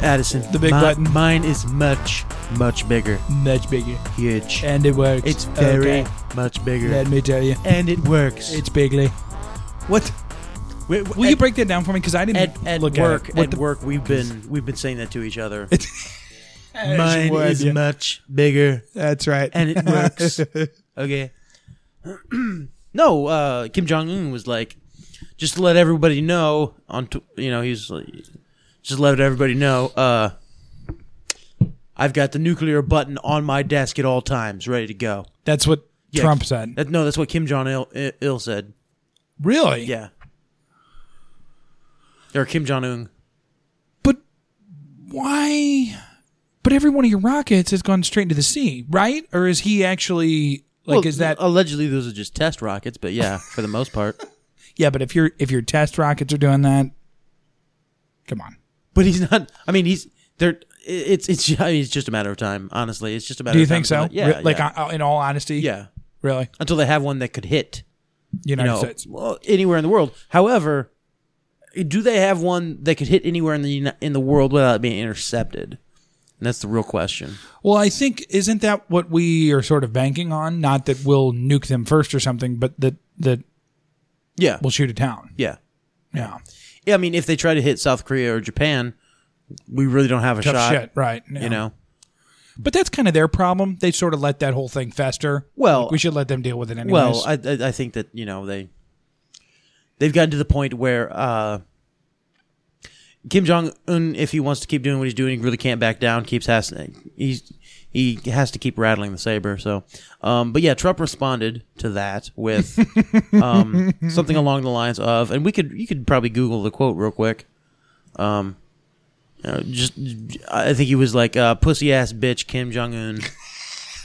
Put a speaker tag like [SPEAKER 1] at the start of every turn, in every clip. [SPEAKER 1] Addison,
[SPEAKER 2] The big
[SPEAKER 1] mi-
[SPEAKER 2] button.
[SPEAKER 1] Mine is much, much bigger,
[SPEAKER 2] Much bigger.
[SPEAKER 1] huge.
[SPEAKER 2] And it works.
[SPEAKER 1] it's very
[SPEAKER 2] Okay.
[SPEAKER 1] much bigger,
[SPEAKER 2] Let me tell you.
[SPEAKER 1] and it works.
[SPEAKER 2] It's bigly. What?
[SPEAKER 1] We-
[SPEAKER 2] Will
[SPEAKER 1] at,
[SPEAKER 2] you break that down for me? Because I didn't
[SPEAKER 1] at, at
[SPEAKER 2] look
[SPEAKER 1] work?
[SPEAKER 2] at it. What
[SPEAKER 1] at
[SPEAKER 2] the-
[SPEAKER 1] work, we've been we've been saying that to each other.
[SPEAKER 2] you
[SPEAKER 1] mine
[SPEAKER 2] would,
[SPEAKER 1] is
[SPEAKER 2] yeah.
[SPEAKER 1] much bigger,
[SPEAKER 2] That's right.
[SPEAKER 1] and it works. okay. no, uh, Kim Jong Un was like, just to let everybody know on, tw- you know, he's like, just let everybody know. Uh, I've got the nuclear button on my desk at all times, ready to go.
[SPEAKER 2] That's what
[SPEAKER 1] Yeah,
[SPEAKER 2] Trump said.
[SPEAKER 1] That, no, that's what Kim Jong Il, I- Il said.
[SPEAKER 2] really?
[SPEAKER 1] Yeah. Or Kim Jong Un.
[SPEAKER 2] But why? But every one of your rockets has gone straight into the sea, right? Or is he actually like?
[SPEAKER 1] Well, uh,
[SPEAKER 2] is that?
[SPEAKER 1] allegedly those are just test rockets? But yeah, for the most part.
[SPEAKER 2] yeah, but if your if your test rockets are doing that, come on.
[SPEAKER 1] But he's not. I mean, he's they're. It's it's. I mean, it's just a matter of time. Honestly, it's just a matter.
[SPEAKER 2] Do you
[SPEAKER 1] of time
[SPEAKER 2] think so?
[SPEAKER 1] until they- Yeah.
[SPEAKER 2] Re- Like
[SPEAKER 1] yeah.
[SPEAKER 2] I- I- in all honesty,
[SPEAKER 1] yeah.
[SPEAKER 2] really,
[SPEAKER 1] Until they have one that could hit, you
[SPEAKER 2] United
[SPEAKER 1] know,
[SPEAKER 2] States.
[SPEAKER 1] well, anywhere in the world. However, do they have one that could hit anywhere in the uni- in the world without it being intercepted? And that's the real question.
[SPEAKER 2] Well, I think isn't that what we are sort of banking on? Not that we'll nuke them first or something, but that that
[SPEAKER 1] Yeah.
[SPEAKER 2] we'll shoot a town.
[SPEAKER 1] yeah.
[SPEAKER 2] Yeah,
[SPEAKER 1] Yeah, I mean, if they try to hit South Korea or Japan, we really don't have a
[SPEAKER 2] tough
[SPEAKER 1] shot.
[SPEAKER 2] shit, right? Yeah.
[SPEAKER 1] You know,
[SPEAKER 2] but that's kind of their problem. They sort of let that whole thing fester.
[SPEAKER 1] Well-
[SPEAKER 2] Like, we should let them deal with it anyways.
[SPEAKER 1] well, I, I I think that you know they they've gotten to the point where uh, Kim Jong Un, if he wants to keep doing what he's doing, he really can't back down. Keeps has he's he has to keep rattling the saber. So, um, but yeah, Trump responded to that with um, something along the lines of, and we could you could probably Google the quote real quick. Um, you know, just I think he was like uh, pussy ass bitch Kim Jong Un.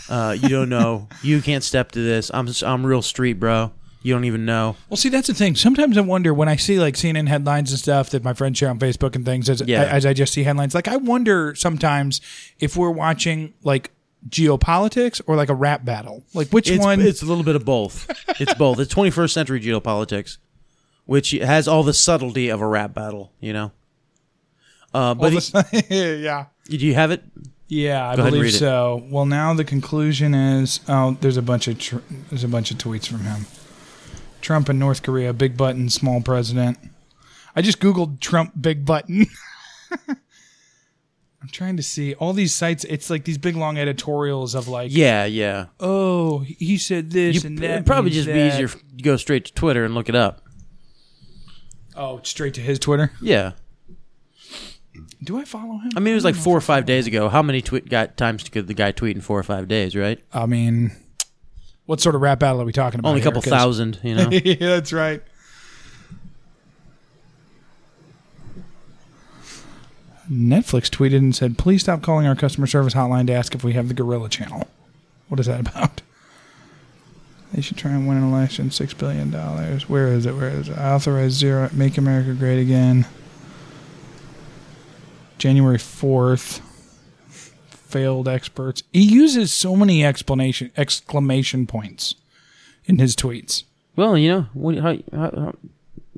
[SPEAKER 1] Uh, you don't know. You can't step to this. I'm I'm real street, bro. You don't even know.
[SPEAKER 2] well, see, that's the thing. Sometimes I wonder when I see like CNN headlines and stuff that my friends share on Facebook and things. As
[SPEAKER 1] Yeah.
[SPEAKER 2] as I just see headlines, like I wonder sometimes if we're watching like geopolitics or like a rap battle. Like which
[SPEAKER 1] It's,
[SPEAKER 2] one?
[SPEAKER 1] it's a little bit of both. It's both. It's 21st century geopolitics, which has all the subtlety of a rap battle. You know. Uh, but
[SPEAKER 2] yeah.
[SPEAKER 1] he- do you have it?
[SPEAKER 2] Yeah, I
[SPEAKER 1] Go ahead and
[SPEAKER 2] believe
[SPEAKER 1] read it.
[SPEAKER 2] so. Well, now the conclusion is oh, there's a bunch of tr- there's a bunch of tweets from him. Trump and North Korea, big button, small president. I just googled Trump big button. I'm trying to see all these sites. It's like these big long editorials of like,
[SPEAKER 1] Yeah, yeah.
[SPEAKER 2] oh, he said this
[SPEAKER 1] You-
[SPEAKER 2] and that.
[SPEAKER 1] it'd probably
[SPEAKER 2] means
[SPEAKER 1] just
[SPEAKER 2] that.
[SPEAKER 1] be easier if you go straight to Twitter and look it up.
[SPEAKER 2] Oh, straight to his Twitter.
[SPEAKER 1] Yeah.
[SPEAKER 2] Do I follow him?
[SPEAKER 1] I mean, it was like four or five days ago. How many tweet got times could the guy tweet in four or five days? Right?
[SPEAKER 2] I mean, what sort of rap battle are we talking about?
[SPEAKER 1] Only a
[SPEAKER 2] here?
[SPEAKER 1] couple
[SPEAKER 2] 'Cause-
[SPEAKER 1] thousand. You know.
[SPEAKER 2] yeah, that's right. Netflix tweeted and said, "Please stop calling our customer service hotline to ask if we have the Gorilla Channel." What is that about? They should try and win an election. Six billion dollars. Where is it? Where is it? I authorize zero. Make America great again. January fourth. Failed experts. He uses so many explanation exclamation points in his tweets.
[SPEAKER 1] Well, you know, what, how, how, how,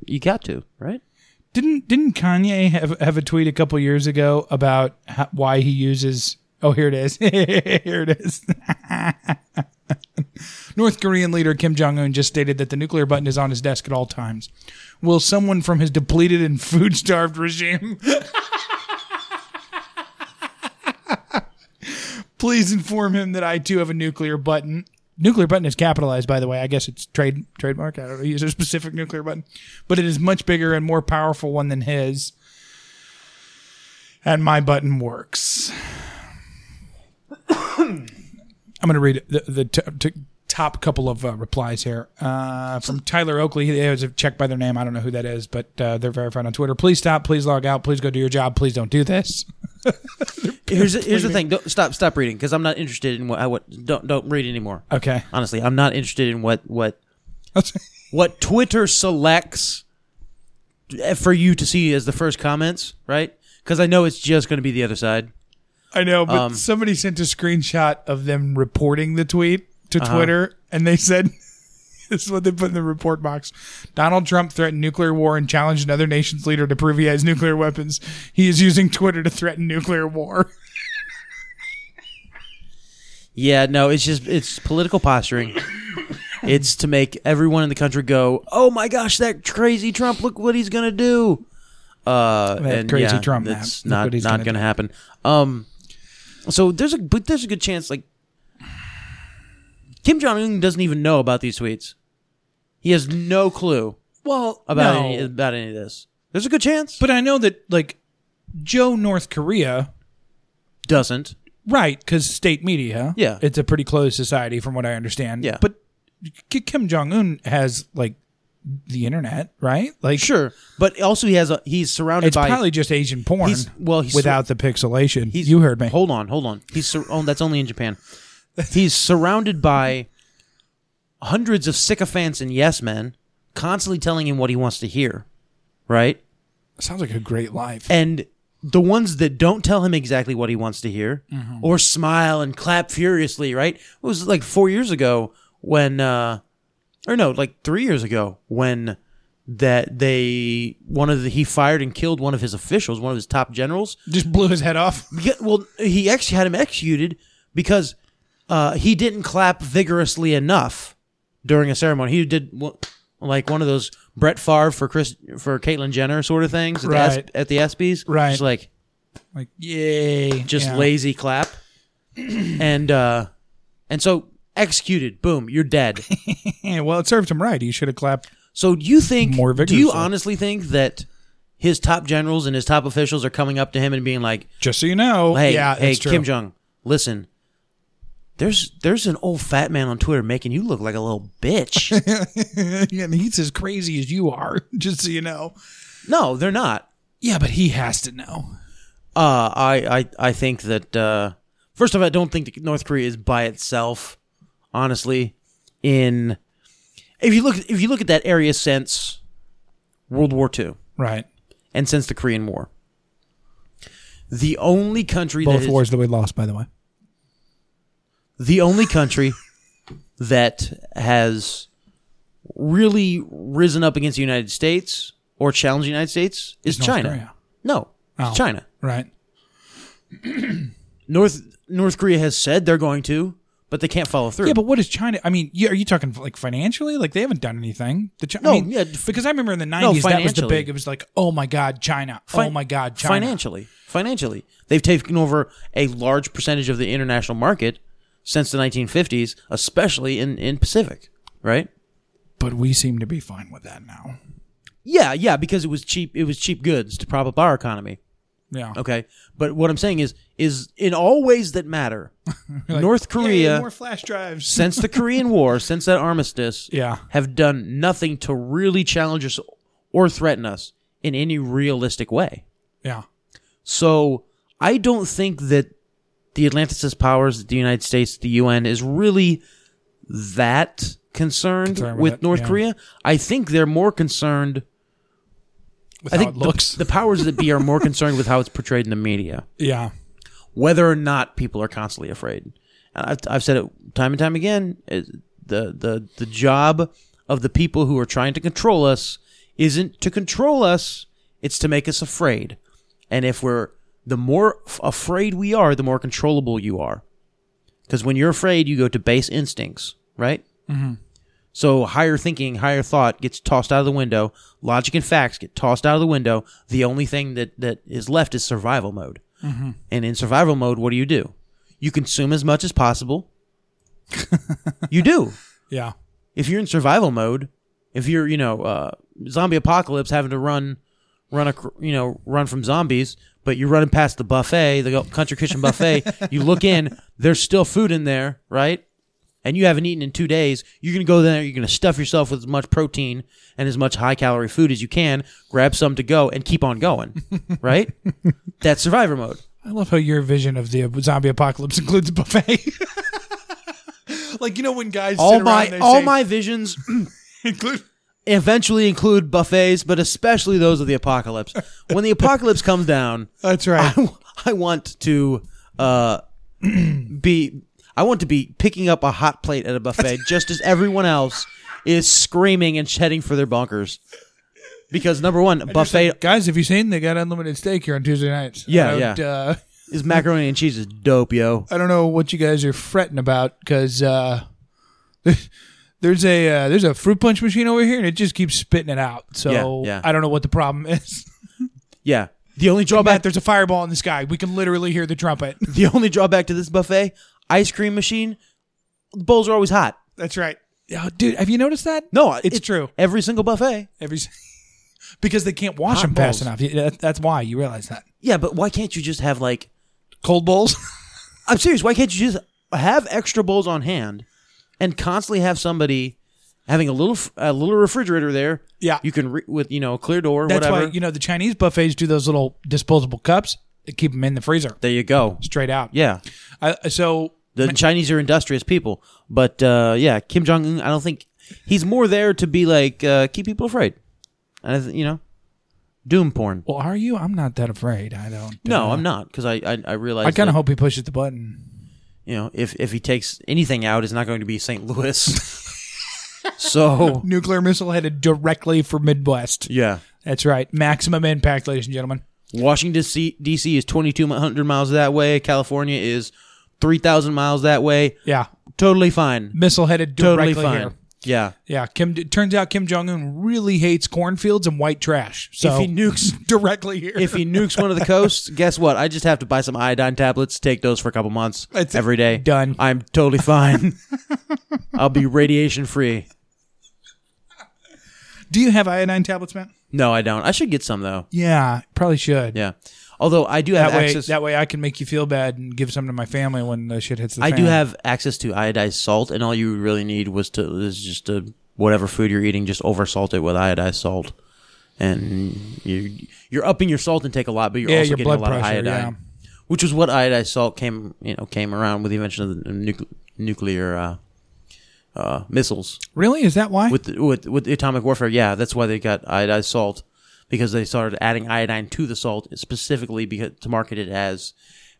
[SPEAKER 1] you got to right.
[SPEAKER 2] Didn't didn't Kanye have have a tweet a couple years ago about how, why he uses? Oh, here it is. here it is. North Korean leader Kim Jong Un just stated that the nuclear button is on his desk at all times. Will someone from his depleted and food starved regime please inform him that I too have a nuclear button? Nuclear button is capitalized, by the way. I guess it's trade trademark. I don't know. Use a specific nuclear button, but it is much bigger and more powerful one than his. And my button works. I'm going to read the, the t- t- top couple of uh, replies here uh, from Tyler Oakley. It was a check by their name. I don't know who that is, but uh, they're verified on Twitter. Please stop. Please log out. Please go do your job. Please don't do this.
[SPEAKER 1] Here's the, here's the thing. Don't, stop stop reading because I'm not interested in what I what don't don't read anymore.
[SPEAKER 2] Okay.
[SPEAKER 1] Honestly, I'm not interested in what what
[SPEAKER 2] That's-
[SPEAKER 1] what Twitter selects eh, for you to see as the first comments, right? Because I know it's just going to be the other side.
[SPEAKER 2] I know, but
[SPEAKER 1] Um,
[SPEAKER 2] somebody sent a screenshot of them reporting the tweet to Twitter, and they said, "This is what they put in the report box." Donald Trump threatened nuclear war and challenged another nation's leader to prove he has nuclear weapons. He is using Twitter to threaten nuclear war.
[SPEAKER 1] Yeah, no, it's just it's political posturing. it's to make everyone in the country go, "Oh my gosh, that crazy Trump! Look what he's gonna do!" Uh,
[SPEAKER 2] That
[SPEAKER 1] and
[SPEAKER 2] crazy
[SPEAKER 1] yeah,
[SPEAKER 2] Trump, man.
[SPEAKER 1] That's
[SPEAKER 2] Look
[SPEAKER 1] not
[SPEAKER 2] what he's
[SPEAKER 1] not
[SPEAKER 2] gonna
[SPEAKER 1] gonna, happen. Um, so there's a but there's a good chance like Kim Jong Un doesn't even know about these tweets. He has no clue
[SPEAKER 2] Well,
[SPEAKER 1] about any, about any of this. There's a good chance, but
[SPEAKER 2] but I know that like Joe North Korea,
[SPEAKER 1] doesn't.
[SPEAKER 2] right? Because state media,
[SPEAKER 1] Yeah.
[SPEAKER 2] it's a pretty closed society from what I understand.
[SPEAKER 1] Yeah.
[SPEAKER 2] but K- Kim Jong Un has like the internet, right? Like,
[SPEAKER 1] Sure, but also he has a he's surrounded
[SPEAKER 2] It's
[SPEAKER 1] by
[SPEAKER 2] probably just Asian porn.
[SPEAKER 1] He's- well, he's-
[SPEAKER 2] without the pixelation.
[SPEAKER 1] He's-
[SPEAKER 2] you heard me.
[SPEAKER 1] Hold on, hold on. He's sur- oh, that's only in Japan. He's surrounded by hundreds of sycophants and yes men, constantly telling him what he wants to hear, right?
[SPEAKER 2] Sounds like a great life.
[SPEAKER 1] And the ones that don't tell him exactly what he wants to hear,
[SPEAKER 2] Mm-hmm.
[SPEAKER 1] or smile and clap furiously, right? It was like four years ago when, uh, or no, like three years ago when that they one of the he fired and killed one of his officials, one of his top generals,
[SPEAKER 2] Just blew his head off.
[SPEAKER 1] yeah, well, he actually had him executed because uh, he didn't clap vigorously enough during a ceremony. He did well, like one of those Brett Favre for Chris for Caitlyn Jenner sort of things at, the,
[SPEAKER 2] Right.
[SPEAKER 1] Asp- at the ESPYS.
[SPEAKER 2] Right.
[SPEAKER 1] just like
[SPEAKER 2] Like, yay!
[SPEAKER 1] just
[SPEAKER 2] Yeah.
[SPEAKER 1] lazy clap, and uh, and so executed. Boom, you're dead.
[SPEAKER 2] Yeah, well, it served him right. He should have clapped.
[SPEAKER 1] So do you think?
[SPEAKER 2] More
[SPEAKER 1] do you
[SPEAKER 2] vigorously.
[SPEAKER 1] honestly think that? His top generals and his top officials are coming up to him and being like,
[SPEAKER 2] Just so you know,
[SPEAKER 1] hey,
[SPEAKER 2] yeah,
[SPEAKER 1] hey,
[SPEAKER 2] that's true.
[SPEAKER 1] Kim Jong, listen. There's there's an old fat man on Twitter making you look like a little bitch.
[SPEAKER 2] and he's as crazy as you are. Just so you know.
[SPEAKER 1] no, they're not.
[SPEAKER 2] Yeah, but he has to know.
[SPEAKER 1] Uh, I, I I think that uh, first of all, I don't think that North Korea is by itself. Honestly, in if you look if you look at that area since World War II
[SPEAKER 2] Right.
[SPEAKER 1] and since the Korean War, the only country that
[SPEAKER 2] Both
[SPEAKER 1] has-
[SPEAKER 2] wars that we lost, by the way.
[SPEAKER 1] the only country that has really risen up against the United States or challenged the United States is
[SPEAKER 2] North
[SPEAKER 1] China.
[SPEAKER 2] Korea.
[SPEAKER 1] No, it's
[SPEAKER 2] Oh.
[SPEAKER 1] China.
[SPEAKER 2] Right.
[SPEAKER 1] North North Korea has said they're going to, but they can't follow through.
[SPEAKER 2] Yeah, but what is China? I mean, yeah, are you talking like financially? Like they haven't done anything. The Chi-
[SPEAKER 1] No,
[SPEAKER 2] I mean,
[SPEAKER 1] yeah, f-
[SPEAKER 2] because I remember in the nineties that was the
[SPEAKER 1] financially.
[SPEAKER 2] big. It was like, oh my god, China.
[SPEAKER 1] Fin-
[SPEAKER 2] oh my god, China.
[SPEAKER 1] Financially, financially, they've taken over a large percentage of the international market since the 1950s, especially in in Pacific, right?
[SPEAKER 2] But we seem to be fine with that now.
[SPEAKER 1] Yeah, yeah, because it was cheap. It was cheap goods to prop up our economy.
[SPEAKER 2] Yeah.
[SPEAKER 1] Okay, but what I'm saying is, is in all ways that matter, North Korea
[SPEAKER 2] more flash drives.
[SPEAKER 1] since the Korean War, since that armistice,
[SPEAKER 2] Yeah.
[SPEAKER 1] have done nothing to really challenge us or threaten us in any realistic way.
[SPEAKER 2] Yeah.
[SPEAKER 1] So I don't think that the Atlanticist powers, the United States, the UN, is really that concerned
[SPEAKER 2] Concerned with
[SPEAKER 1] with
[SPEAKER 2] it,
[SPEAKER 1] North
[SPEAKER 2] yeah.
[SPEAKER 1] Korea. I think they're more concerned.
[SPEAKER 2] With
[SPEAKER 1] I
[SPEAKER 2] how
[SPEAKER 1] think
[SPEAKER 2] it
[SPEAKER 1] the-
[SPEAKER 2] looks.
[SPEAKER 1] the powers that be are more concerned with how it's portrayed in the media.
[SPEAKER 2] yeah.
[SPEAKER 1] whether or not people are constantly afraid. And I've, I've said it time and time again. It, the, the, the job of the people who are trying to control us isn't to control us, it's to make us afraid. And if we're the more f- afraid we are, the more controllable you are. Because when you're afraid, you go to base instincts, right? Mm-hmm. So higher thinking, higher thought gets tossed out of the window. Logic and facts get tossed out of the window. The only thing that, that is left is survival mode. And in survival mode, what do you do? You consume as much as possible. you do.
[SPEAKER 2] Yeah.
[SPEAKER 1] If you're in survival mode, if you're, you know, uh, zombie apocalypse having to run, run, a, you know, run from zombies, but you're running past the buffet, the country kitchen buffet, you look in, there's still food in there, right? and you haven't eaten in two days, you're going to go there, you're going to stuff yourself with as much protein and as much high calorie food as you can, grab some to go, and keep on going, right? That's survivor mode.
[SPEAKER 2] I love how your vision of the zombie apocalypse includes a buffet. like you know when guys
[SPEAKER 1] All
[SPEAKER 2] sit around
[SPEAKER 1] my
[SPEAKER 2] and they
[SPEAKER 1] all
[SPEAKER 2] say-
[SPEAKER 1] my visions
[SPEAKER 2] include
[SPEAKER 1] eventually include buffets, but especially those of the apocalypse. When the apocalypse comes down,
[SPEAKER 2] That's right.
[SPEAKER 1] I, I want to uh, be I want to be picking up a hot plate at a buffet just as everyone else is screaming and shedding for their bunkers. Because number one, buffet
[SPEAKER 2] Guys, have you seen they got unlimited steak here on Tuesday nights?
[SPEAKER 1] Yeah,
[SPEAKER 2] I don't,
[SPEAKER 1] yeah.
[SPEAKER 2] Uh,
[SPEAKER 1] is macaroni and cheese is dope, yo.
[SPEAKER 2] I don't know what you guys are fretting about because uh, there's a uh, there's a fruit punch machine over here and it just keeps spitting it out. So
[SPEAKER 1] Yeah, yeah.
[SPEAKER 2] I don't know what the problem is.
[SPEAKER 1] Yeah. The only
[SPEAKER 2] Matt,
[SPEAKER 1] drawback
[SPEAKER 2] there's a fireball in the sky. We can literally hear the trumpet.
[SPEAKER 1] the only drawback to this buffet, ice cream machine, bowls are always hot.
[SPEAKER 2] That's right. Oh, dude, have you noticed that?
[SPEAKER 1] No,
[SPEAKER 2] it's true.
[SPEAKER 1] Every single buffet.
[SPEAKER 2] Every s- because they can't wash
[SPEAKER 1] Hot
[SPEAKER 2] them fast
[SPEAKER 1] bowls.
[SPEAKER 2] enough. Yeah, that- That's why you realize that
[SPEAKER 1] Yeah, but why can't you just have like
[SPEAKER 2] cold bowls.
[SPEAKER 1] I'm serious. Why can't you just have extra bowls on hand and constantly have somebody having a little a little refrigerator there?
[SPEAKER 2] Yeah.
[SPEAKER 1] you can re- with you know a clear door,
[SPEAKER 2] That's
[SPEAKER 1] whatever.
[SPEAKER 2] why you know the Chinese buffets do those little disposable cups. They keep them in the freezer
[SPEAKER 1] there you go.
[SPEAKER 2] straight out.
[SPEAKER 1] Yeah,
[SPEAKER 2] I, so
[SPEAKER 1] the Chinese are industrious people, but uh, yeah, Kim Jong Un. I don't think he's more there to be like uh, keep people afraid, and I th- you know, doom porn.
[SPEAKER 2] well, are you? I'm not that afraid. I don't.
[SPEAKER 1] No,
[SPEAKER 2] uh,
[SPEAKER 1] I'm not because I I, I realize
[SPEAKER 2] I kind
[SPEAKER 1] that,
[SPEAKER 2] of hope he pushes the button.
[SPEAKER 1] you know if if he takes anything out, it's not going to be St. Louis. so
[SPEAKER 2] Nuclear missile headed directly for Midwest.
[SPEAKER 1] yeah.
[SPEAKER 2] That's right. Maximum impact, ladies and gentlemen.
[SPEAKER 1] Washington C- D.C. is 2,200 miles that way. California is 3,000 miles that way.
[SPEAKER 2] Yeah,
[SPEAKER 1] Totally fine.
[SPEAKER 2] missile headed
[SPEAKER 1] Totally
[SPEAKER 2] directly
[SPEAKER 1] fine.
[SPEAKER 2] here.
[SPEAKER 1] Yeah.
[SPEAKER 2] Yeah, Kim. It turns out Kim Jong Un really hates cornfields and white trash. So
[SPEAKER 1] If he nukes,
[SPEAKER 2] directly here,
[SPEAKER 1] if he nukes one of the coasts, guess what? I just have to buy some iodine tablets, take those for a couple months
[SPEAKER 2] That's it.
[SPEAKER 1] every day.
[SPEAKER 2] Done.
[SPEAKER 1] I'm totally fine. I'll be radiation free.
[SPEAKER 2] do you have iodine tablets, man?
[SPEAKER 1] No, I don't. I should get some though.
[SPEAKER 2] Yeah, probably should.
[SPEAKER 1] Yeah. Although I do have
[SPEAKER 2] That way,
[SPEAKER 1] access.
[SPEAKER 2] that way I can make you feel bad and give some to my family when the shit hits the
[SPEAKER 1] I
[SPEAKER 2] fan.
[SPEAKER 1] do have access to iodized salt, and all you really need was to is just to whatever food you're eating, just oversalt it with iodized salt, and you you're upping your salt intake a lot, but you're
[SPEAKER 2] Yeah,
[SPEAKER 1] also
[SPEAKER 2] your
[SPEAKER 1] getting
[SPEAKER 2] blood
[SPEAKER 1] a lot
[SPEAKER 2] pressure,
[SPEAKER 1] of iodine, which was what iodized salt came you know came around with the invention of the nucle- nuclear uh, uh, missiles
[SPEAKER 2] Really? Is that why?
[SPEAKER 1] with the, with with the atomic warfare. Yeah, that's why they got iodized salt because they started adding iodine to the salt specifically because to market it as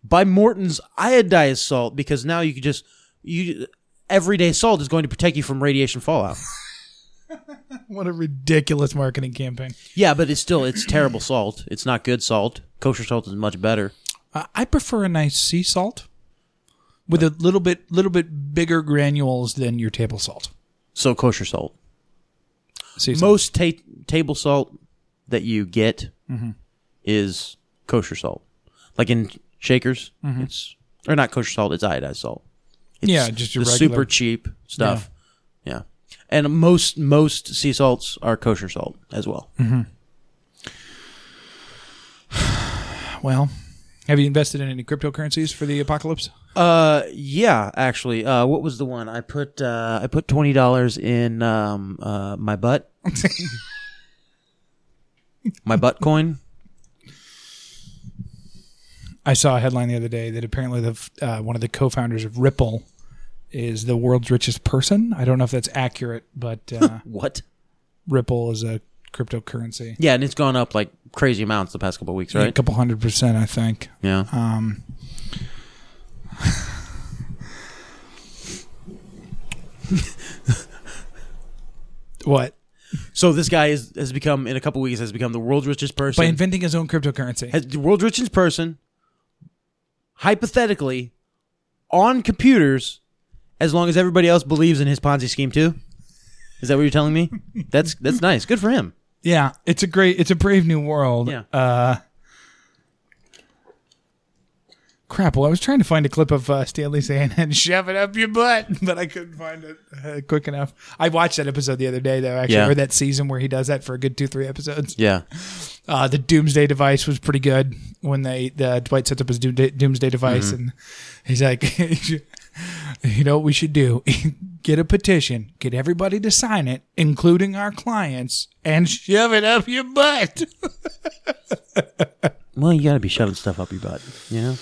[SPEAKER 1] by Morton's iodized salt because now you could just you everyday salt is going to protect you from radiation fallout.
[SPEAKER 2] what a ridiculous marketing campaign.
[SPEAKER 1] yeah, but it's still it's terrible salt. It's not good salt. Kosher salt is much better.
[SPEAKER 2] Uh, I prefer a nice sea salt with a little bit little bit bigger granules than your table salt.
[SPEAKER 1] So kosher salt.
[SPEAKER 2] Sea salt.
[SPEAKER 1] Most ta- table salt that you get is kosher salt. Like in shakers, it's or not kosher salt, it's iodized salt. It's
[SPEAKER 2] Yeah, just your
[SPEAKER 1] the
[SPEAKER 2] regular-
[SPEAKER 1] super cheap stuff. Yeah. And most most sea salts are kosher salt as well.
[SPEAKER 2] Hmm. well, have you invested in any cryptocurrencies for the apocalypse?
[SPEAKER 1] Uh yeah, actually. Uh what was the one? I put uh I put twenty dollars in um uh my butt. my butt coin.
[SPEAKER 2] I saw a headline the other day that apparently the f- uh, one of the co-founders of Ripple is the world's richest person. I don't know if that's accurate, but uh,
[SPEAKER 1] What?
[SPEAKER 2] Ripple is a cryptocurrency.
[SPEAKER 1] Yeah, and it's gone up like crazy amounts the past couple of weeks,
[SPEAKER 2] A
[SPEAKER 1] right?
[SPEAKER 2] couple hundred percent, I think.
[SPEAKER 1] Yeah.
[SPEAKER 2] Um, what?
[SPEAKER 1] So this guy is, has become in a couple weeks has become the world's richest person.
[SPEAKER 2] By inventing his own cryptocurrency.
[SPEAKER 1] has the world's richest person hypothetically on computers as long as everybody else believes in his Ponzi scheme too? Is that what you're telling me? That's that's nice. Good for him.
[SPEAKER 2] yeah, it's a great, it's a brave new world.
[SPEAKER 1] Yeah.
[SPEAKER 2] Uh, crap. Well, I was trying to find a clip of uh, Stanley saying and shove it up your butt, but I couldn't find it uh, quick enough. I watched that episode the other day, though. Actually,
[SPEAKER 1] Yeah.
[SPEAKER 2] or that season where he does that for a good two, three episodes.
[SPEAKER 1] Yeah.
[SPEAKER 2] Uh, the Doomsday device was pretty good uh,
[SPEAKER 1] Mhm.
[SPEAKER 2] when they the Dwight sets up his Doomsday, doomsday device and he's like, You know what we should do? get a petition, get everybody to sign it, including our clients, and shove it up your butt.
[SPEAKER 1] Well, you got to be shoving stuff up your butt, you know?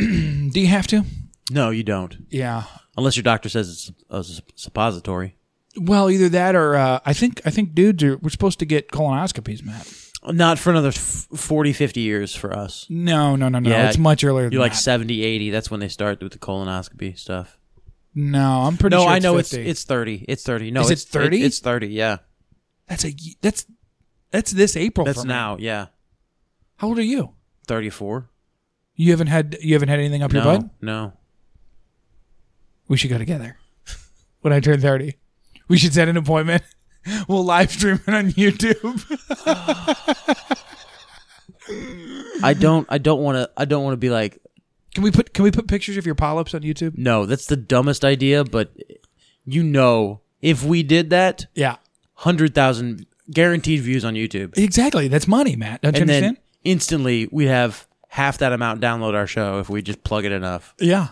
[SPEAKER 2] do you have to?
[SPEAKER 1] No, you don't.
[SPEAKER 2] Yeah.
[SPEAKER 1] Unless your doctor says it's a s- suppository.
[SPEAKER 2] Well, either that or uh, I think I think dudes are we're supposed to get colonoscopies, Matt.
[SPEAKER 1] Not for another f- 40, 50 years for us.
[SPEAKER 2] No, no, no, no. it's much earlier than
[SPEAKER 1] You're like
[SPEAKER 2] that.
[SPEAKER 1] 70, 80. That's when they start with the colonoscopy stuff.
[SPEAKER 2] No, I'm pretty
[SPEAKER 1] No,
[SPEAKER 2] sure
[SPEAKER 1] I know
[SPEAKER 2] 50.
[SPEAKER 1] it's it's 30. It's 30. No,
[SPEAKER 2] Is it
[SPEAKER 1] it's
[SPEAKER 2] 30?
[SPEAKER 1] it's 30, yeah.
[SPEAKER 2] that's a y- that's that's this April
[SPEAKER 1] That's
[SPEAKER 2] for me.
[SPEAKER 1] now, yeah.
[SPEAKER 2] How old are you?
[SPEAKER 1] 34.
[SPEAKER 2] You haven't had you haven't had anything up
[SPEAKER 1] No,
[SPEAKER 2] your butt?
[SPEAKER 1] no.
[SPEAKER 2] We should go together. When I turn 30, we should set an appointment. We'll live stream it on YouTube.
[SPEAKER 1] I don't I don't want to I don't want to be like
[SPEAKER 2] Can we put can we put pictures of your polyps on YouTube?
[SPEAKER 1] no, that's the dumbest idea, but you know, if we did that,
[SPEAKER 2] Yeah.
[SPEAKER 1] 100,000 guaranteed views on YouTube.
[SPEAKER 2] Exactly. That's money, Matt. Don't you
[SPEAKER 1] and
[SPEAKER 2] understand?
[SPEAKER 1] then instantly we have half that amount download our show if we just plug it enough.
[SPEAKER 2] yeah.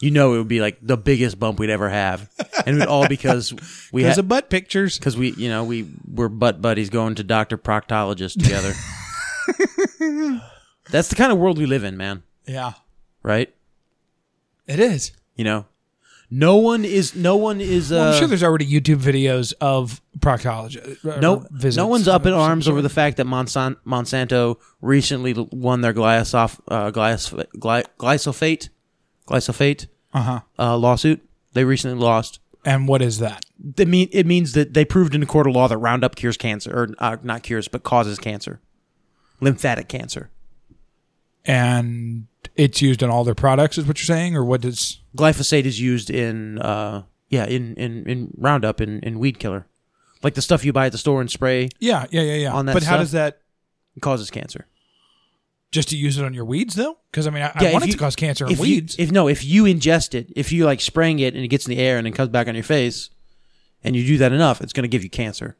[SPEAKER 1] You know, it would be like the biggest bump we'd ever have, and it would all because we
[SPEAKER 2] There's
[SPEAKER 1] had
[SPEAKER 2] a butt pictures.
[SPEAKER 1] because we you know we were butt buddies going to doctor proctologist together. That's the kind of world we live in, man.
[SPEAKER 2] Yeah.
[SPEAKER 1] Right?
[SPEAKER 2] It is.
[SPEAKER 1] You know, no one is no one is. Uh,
[SPEAKER 2] Well, I'm sure there's already YouTube videos of uh, proctologists.
[SPEAKER 1] no, no one's up in arms over the fact that Monsan- Monsanto recently l- won their glysof, uh, glyos, gly, glyphosate glyphosate
[SPEAKER 2] Uh-huh.
[SPEAKER 1] uh, lawsuit. They recently lost.
[SPEAKER 2] And what is that?
[SPEAKER 1] They mean it means that they proved in a court of law that Roundup cures cancer, or uh, not cures, but causes cancer, lymphatic cancer.
[SPEAKER 2] And it's used in all their products, is what you're saying, or what is?
[SPEAKER 1] Glyphosate is used in uh, yeah in, in, in Roundup in, in weed killer, like the stuff you buy at the store and spray it
[SPEAKER 2] Yeah, yeah, yeah, yeah.
[SPEAKER 1] On that
[SPEAKER 2] but how
[SPEAKER 1] stuff?
[SPEAKER 2] does that?
[SPEAKER 1] causes cancer.
[SPEAKER 2] Just to use it on your weeds, though, because I mean, I, I
[SPEAKER 1] if
[SPEAKER 2] want it
[SPEAKER 1] you-
[SPEAKER 2] to cause cancer in
[SPEAKER 1] if you-
[SPEAKER 2] weeds.
[SPEAKER 1] if no, if you ingest it, if you like spraying it and it gets in the air and it comes back on your face, and you do that enough, it's going to give you cancer.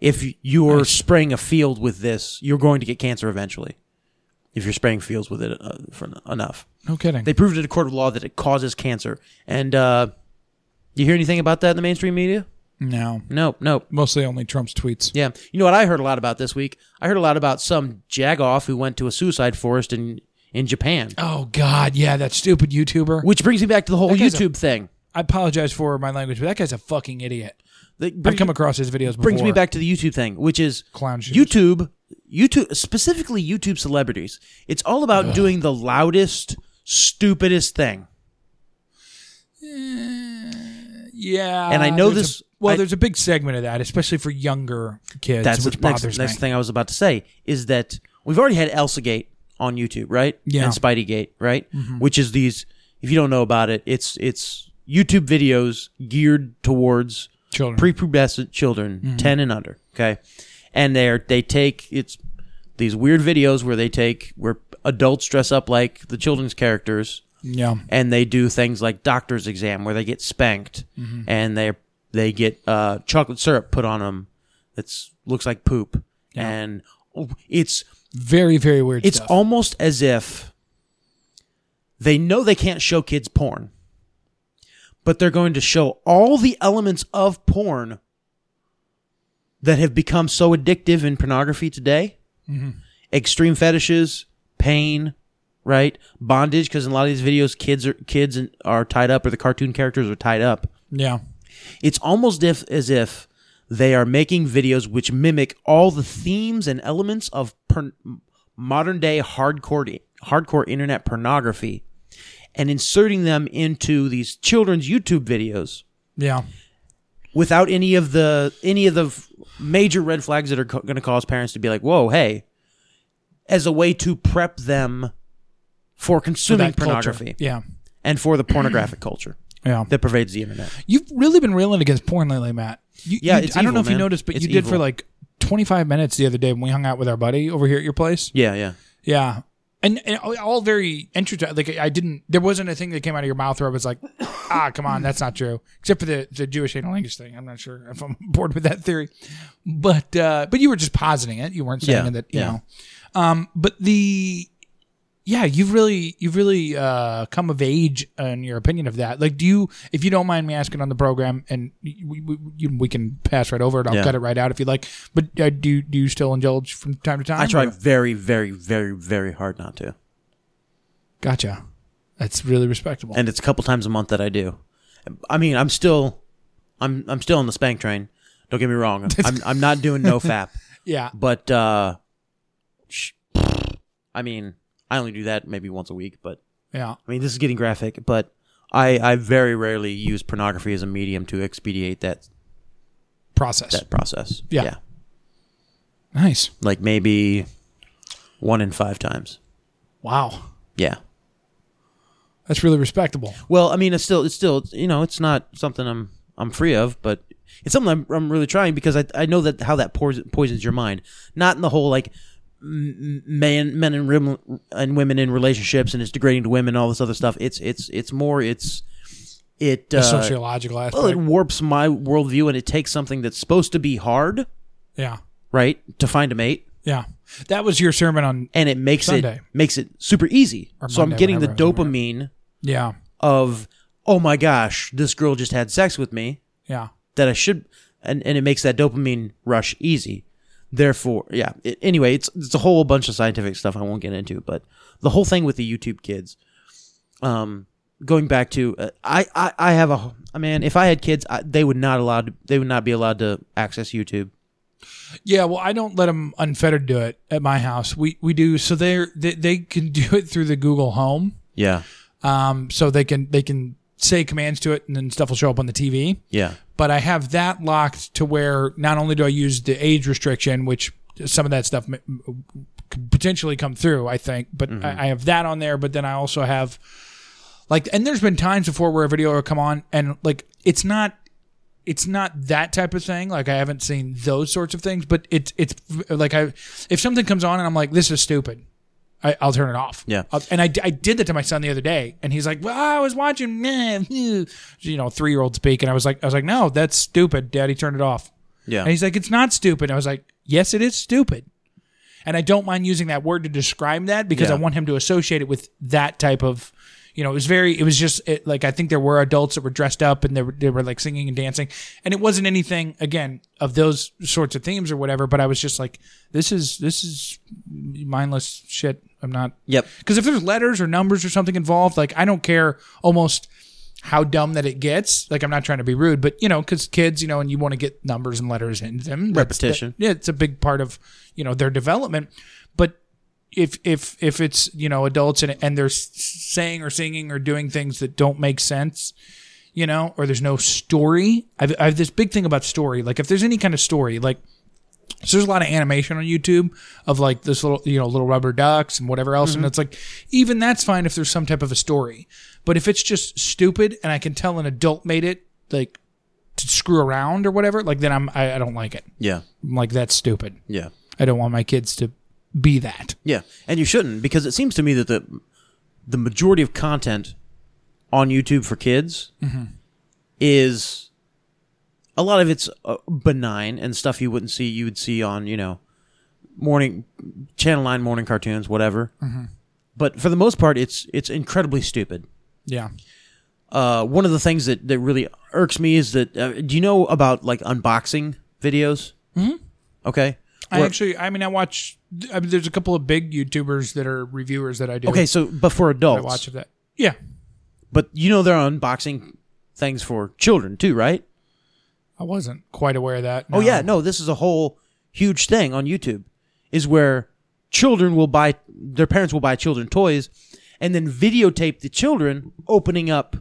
[SPEAKER 1] If you're spraying a field with this, you're going to get cancer eventually. If you're spraying fields with it uh, for en- enough,
[SPEAKER 2] no kidding.
[SPEAKER 1] they proved in a court of law that it causes cancer. And uh, you hear anything about that in the mainstream media?
[SPEAKER 2] no,
[SPEAKER 1] Nope, nope.
[SPEAKER 2] mostly only Trump's tweets.
[SPEAKER 1] Yeah. You know what I heard a lot about this week? I heard a lot about some jagoff who went to a suicide forest in in Japan.
[SPEAKER 2] Oh God, yeah, that stupid YouTuber.
[SPEAKER 1] Which brings me back to the whole
[SPEAKER 2] That guy's a-
[SPEAKER 1] YouTube thing.
[SPEAKER 2] I apologize for my language, but that guy's a fucking idiot.
[SPEAKER 1] That
[SPEAKER 2] I've
[SPEAKER 1] brings,
[SPEAKER 2] come across his videos before.
[SPEAKER 1] brings me back to the YouTube thing, which is
[SPEAKER 2] Clown shoes.
[SPEAKER 1] YouTube, YouTube specifically YouTube celebrities. It's all about doing the loudest, stupidest thing.
[SPEAKER 2] Yeah,
[SPEAKER 1] And I know
[SPEAKER 2] there's
[SPEAKER 1] this-
[SPEAKER 2] A, well,
[SPEAKER 1] I-
[SPEAKER 2] there's a big segment of that, especially for younger kids,
[SPEAKER 1] That's
[SPEAKER 2] which
[SPEAKER 1] the next,
[SPEAKER 2] bothers
[SPEAKER 1] next
[SPEAKER 2] me.
[SPEAKER 1] thing I was about to say is that we've already had ElsaGate on YouTube, right?
[SPEAKER 2] Yeah. Mm-hmm.
[SPEAKER 1] And SpideyGate, right? Which is these. If you don't know about it, it's it's YouTube videos geared towards
[SPEAKER 2] Children.
[SPEAKER 1] Mm-hmm. prepubescent children, ten and under. Okay, and they're they take it's these weird videos where they take where adults dress up like the children's characters
[SPEAKER 2] yeah,
[SPEAKER 1] and they do things like doctor's exam where they get spanked and they they get uh, chocolate syrup put on them that looks like poop and oh, it's
[SPEAKER 2] very very weird.
[SPEAKER 1] it's
[SPEAKER 2] stuff.
[SPEAKER 1] almost as if they know they can't show kids porn but they're going to show all the elements of porn that have become so addictive in pornography today
[SPEAKER 2] Mm-hmm.
[SPEAKER 1] extreme fetishes pain right bondage because in a lot of these videos kids are kids and- are tied up or the cartoon characters are tied up
[SPEAKER 2] yeah.
[SPEAKER 1] it's almost if, as if they are making videos which mimic all the themes and elements of per- modern day hardcore hardcore internet pornography and inserting them into these children's YouTube videos
[SPEAKER 2] Yeah.
[SPEAKER 1] without any of the any of the f- major red flags that are co- going to cause parents to be like, "Whoa, hey," as a way to prep them for consuming
[SPEAKER 2] That culture.
[SPEAKER 1] pornography
[SPEAKER 2] Yeah.
[SPEAKER 1] and for the pornographic culture
[SPEAKER 2] Yeah.
[SPEAKER 1] that pervades the internet.
[SPEAKER 2] You've really been railing against porn lately, Matt. You,
[SPEAKER 1] Yeah,
[SPEAKER 2] you-
[SPEAKER 1] it's
[SPEAKER 2] I don't know
[SPEAKER 1] evil,
[SPEAKER 2] if you
[SPEAKER 1] man.
[SPEAKER 2] noticed, but
[SPEAKER 1] It's
[SPEAKER 2] you did for
[SPEAKER 1] evil.
[SPEAKER 2] like 25 minutes the other day when we hung out with our buddy over here at your place.
[SPEAKER 1] Yeah, yeah.
[SPEAKER 2] Yeah. And, and all- all very interesting. Like I didn't, there wasn't a thing that came out of your mouth where I was like, "Ah, come on, that's not true." Except for the the Jewish anal language thing. I'm not sure if I'm bored with that theory, but uh, but you were just positing it. You weren't saying
[SPEAKER 1] Yeah,
[SPEAKER 2] that you
[SPEAKER 1] yeah.
[SPEAKER 2] know. Um, but the yeah, you've really you've really uh, come of age in your opinion of that. Like, do you, if you don't mind me asking on the program, and we we, you- we can pass right over it. I'll
[SPEAKER 1] Yeah.
[SPEAKER 2] cut it right out if you like. But uh, do do you still indulge from time to time?
[SPEAKER 1] I try
[SPEAKER 2] or-
[SPEAKER 1] very, very, very, very hard not to.
[SPEAKER 2] Gotcha. That's really respectable.
[SPEAKER 1] and it's a couple times a month that I do. I mean, I'm still, I'm I'm still on the spank train. Don't get me wrong. I'm I'm not doing no fap,
[SPEAKER 2] yeah.
[SPEAKER 1] but uh, sh- I mean, I only do that maybe once a week. But
[SPEAKER 2] Yeah.
[SPEAKER 1] I mean, this is getting graphic. But I I very rarely use pornography as a medium to expedite that
[SPEAKER 2] Process.
[SPEAKER 1] that process.
[SPEAKER 2] Yeah. Nice.
[SPEAKER 1] like maybe one in five times.
[SPEAKER 2] Wow.
[SPEAKER 1] Yeah.
[SPEAKER 2] That's really respectable.
[SPEAKER 1] Well, I mean, it's still, it's still, you know, it's not something I'm, I'm free of, but it's something I'm, I'm really trying because I, I know that how that poisons, poisons your mind. Not in the whole like m- m- man, men and rim, and women in relationships and it's degrading to women, and all this other stuff. It's, it's, it's more, it's, it,
[SPEAKER 2] The
[SPEAKER 1] uh,
[SPEAKER 2] sociological aspect.
[SPEAKER 1] well, it warps my worldview and it takes something that's supposed to be hard,
[SPEAKER 2] yeah.
[SPEAKER 1] right, to find a mate,
[SPEAKER 2] Yeah. That was your sermon on.
[SPEAKER 1] and it makes
[SPEAKER 2] Sunday.
[SPEAKER 1] it makes it super easy.
[SPEAKER 2] Or
[SPEAKER 1] so I'm
[SPEAKER 2] Monday,
[SPEAKER 1] getting the
[SPEAKER 2] whenever it was,
[SPEAKER 1] dopamine
[SPEAKER 2] Yeah.
[SPEAKER 1] of, oh my gosh, this girl just had sex with me.
[SPEAKER 2] Yeah.
[SPEAKER 1] that I should, and, and it makes that dopamine rush easy. Therefore, yeah. It, anyway, it's it's a whole bunch of scientific stuff I won't get into, but the whole thing with the YouTube kids, um, going back to uh, I, I I have a I man. If I had kids, I, they would not allowed they would not be allowed to access YouTube.
[SPEAKER 2] Yeah, well, I don't let them unfettered do it at my house. We we do so they're, they they can do it through the Google Home.
[SPEAKER 1] Yeah,
[SPEAKER 2] Um, so they can they can say commands to it, and then stuff will show up on the TV.
[SPEAKER 1] yeah,
[SPEAKER 2] But I have that locked to where not only do I use the age restriction, which some of that stuff m- could potentially come through, I think, but I, I have that on there. But then I also have like, and there's been times before where a video will come on, and like it's not it's not that type of thing. Like I haven't seen those sorts of things, but it's it's like I if something comes on and I'm like this is stupid, I, I'll turn it off.
[SPEAKER 1] Yeah.
[SPEAKER 2] I'll- and I, d- I did that to my son the other day, and he's like, "Well, I was watching, meh, meh," you know, three year old speak," and I was like, "I was like, no, that's stupid, Daddy, turned it off."
[SPEAKER 1] yeah.
[SPEAKER 2] And he's like, "It's not stupid." I was like, "Yes, it is stupid," and I don't mind using that word to describe that because
[SPEAKER 1] Yeah.
[SPEAKER 2] I want him to associate it with that type of. You know, it was very. It was just it, like I think there were adults that were dressed up and they were, they were like singing and dancing, and it wasn't anything again of those sorts of themes or whatever. But I was just like, this is this is mindless shit. I'm not
[SPEAKER 1] Yep.
[SPEAKER 2] because if there's letters or numbers or something involved, like I don't care almost how dumb that it gets. Like I'm not trying to be rude, but you know, because kids, you know, and you want to get numbers and letters into them. That's-
[SPEAKER 1] Repetition.
[SPEAKER 2] that- yeah, it's a big part of you know their development. But if if if it's you know adults and and they're s- saying or singing or doing things that don't make sense. You know, or there's no story. I've, I have this big thing about story. Like, if there's any kind of story, like so there's a lot of animation on YouTube of like this little, you know, little rubber ducks and whatever else.
[SPEAKER 1] Mm-hmm.
[SPEAKER 2] And it's like, even that's fine if there's some type of a story. But if it's just stupid and I can tell an adult made it like to screw around or whatever, like then I'm, I, I don't like it.
[SPEAKER 1] Yeah,
[SPEAKER 2] I'm like, that's stupid.
[SPEAKER 1] yeah,
[SPEAKER 2] I don't want my kids to be that.
[SPEAKER 1] yeah. And you shouldn't because it seems to me that the the majority of content on YouTube for kids
[SPEAKER 2] Mm-hmm.
[SPEAKER 1] is a lot of it's uh, benign and stuff you wouldn't see you would see on you know morning channel 9 morning cartoons whatever
[SPEAKER 2] Mm-hmm.
[SPEAKER 1] but for the most part it's it's incredibly stupid
[SPEAKER 2] Yeah.
[SPEAKER 1] uh, one of the things that, that really irks me is that uh, do you know about like unboxing videos mm-hmm. okay
[SPEAKER 2] I
[SPEAKER 1] Where-
[SPEAKER 2] actually, I mean, I watch, I mean, there's a couple of big YouTubers that are reviewers that I do.
[SPEAKER 1] okay so but for
[SPEAKER 2] I
[SPEAKER 1] adults
[SPEAKER 2] watch of that. Yeah.
[SPEAKER 1] but you know they're unboxing things for children too right
[SPEAKER 2] I wasn't quite aware of that.
[SPEAKER 1] Oh yeah, no, this is a whole huge thing on YouTube is where children will buy their parents will buy children toys and then videotape the children opening up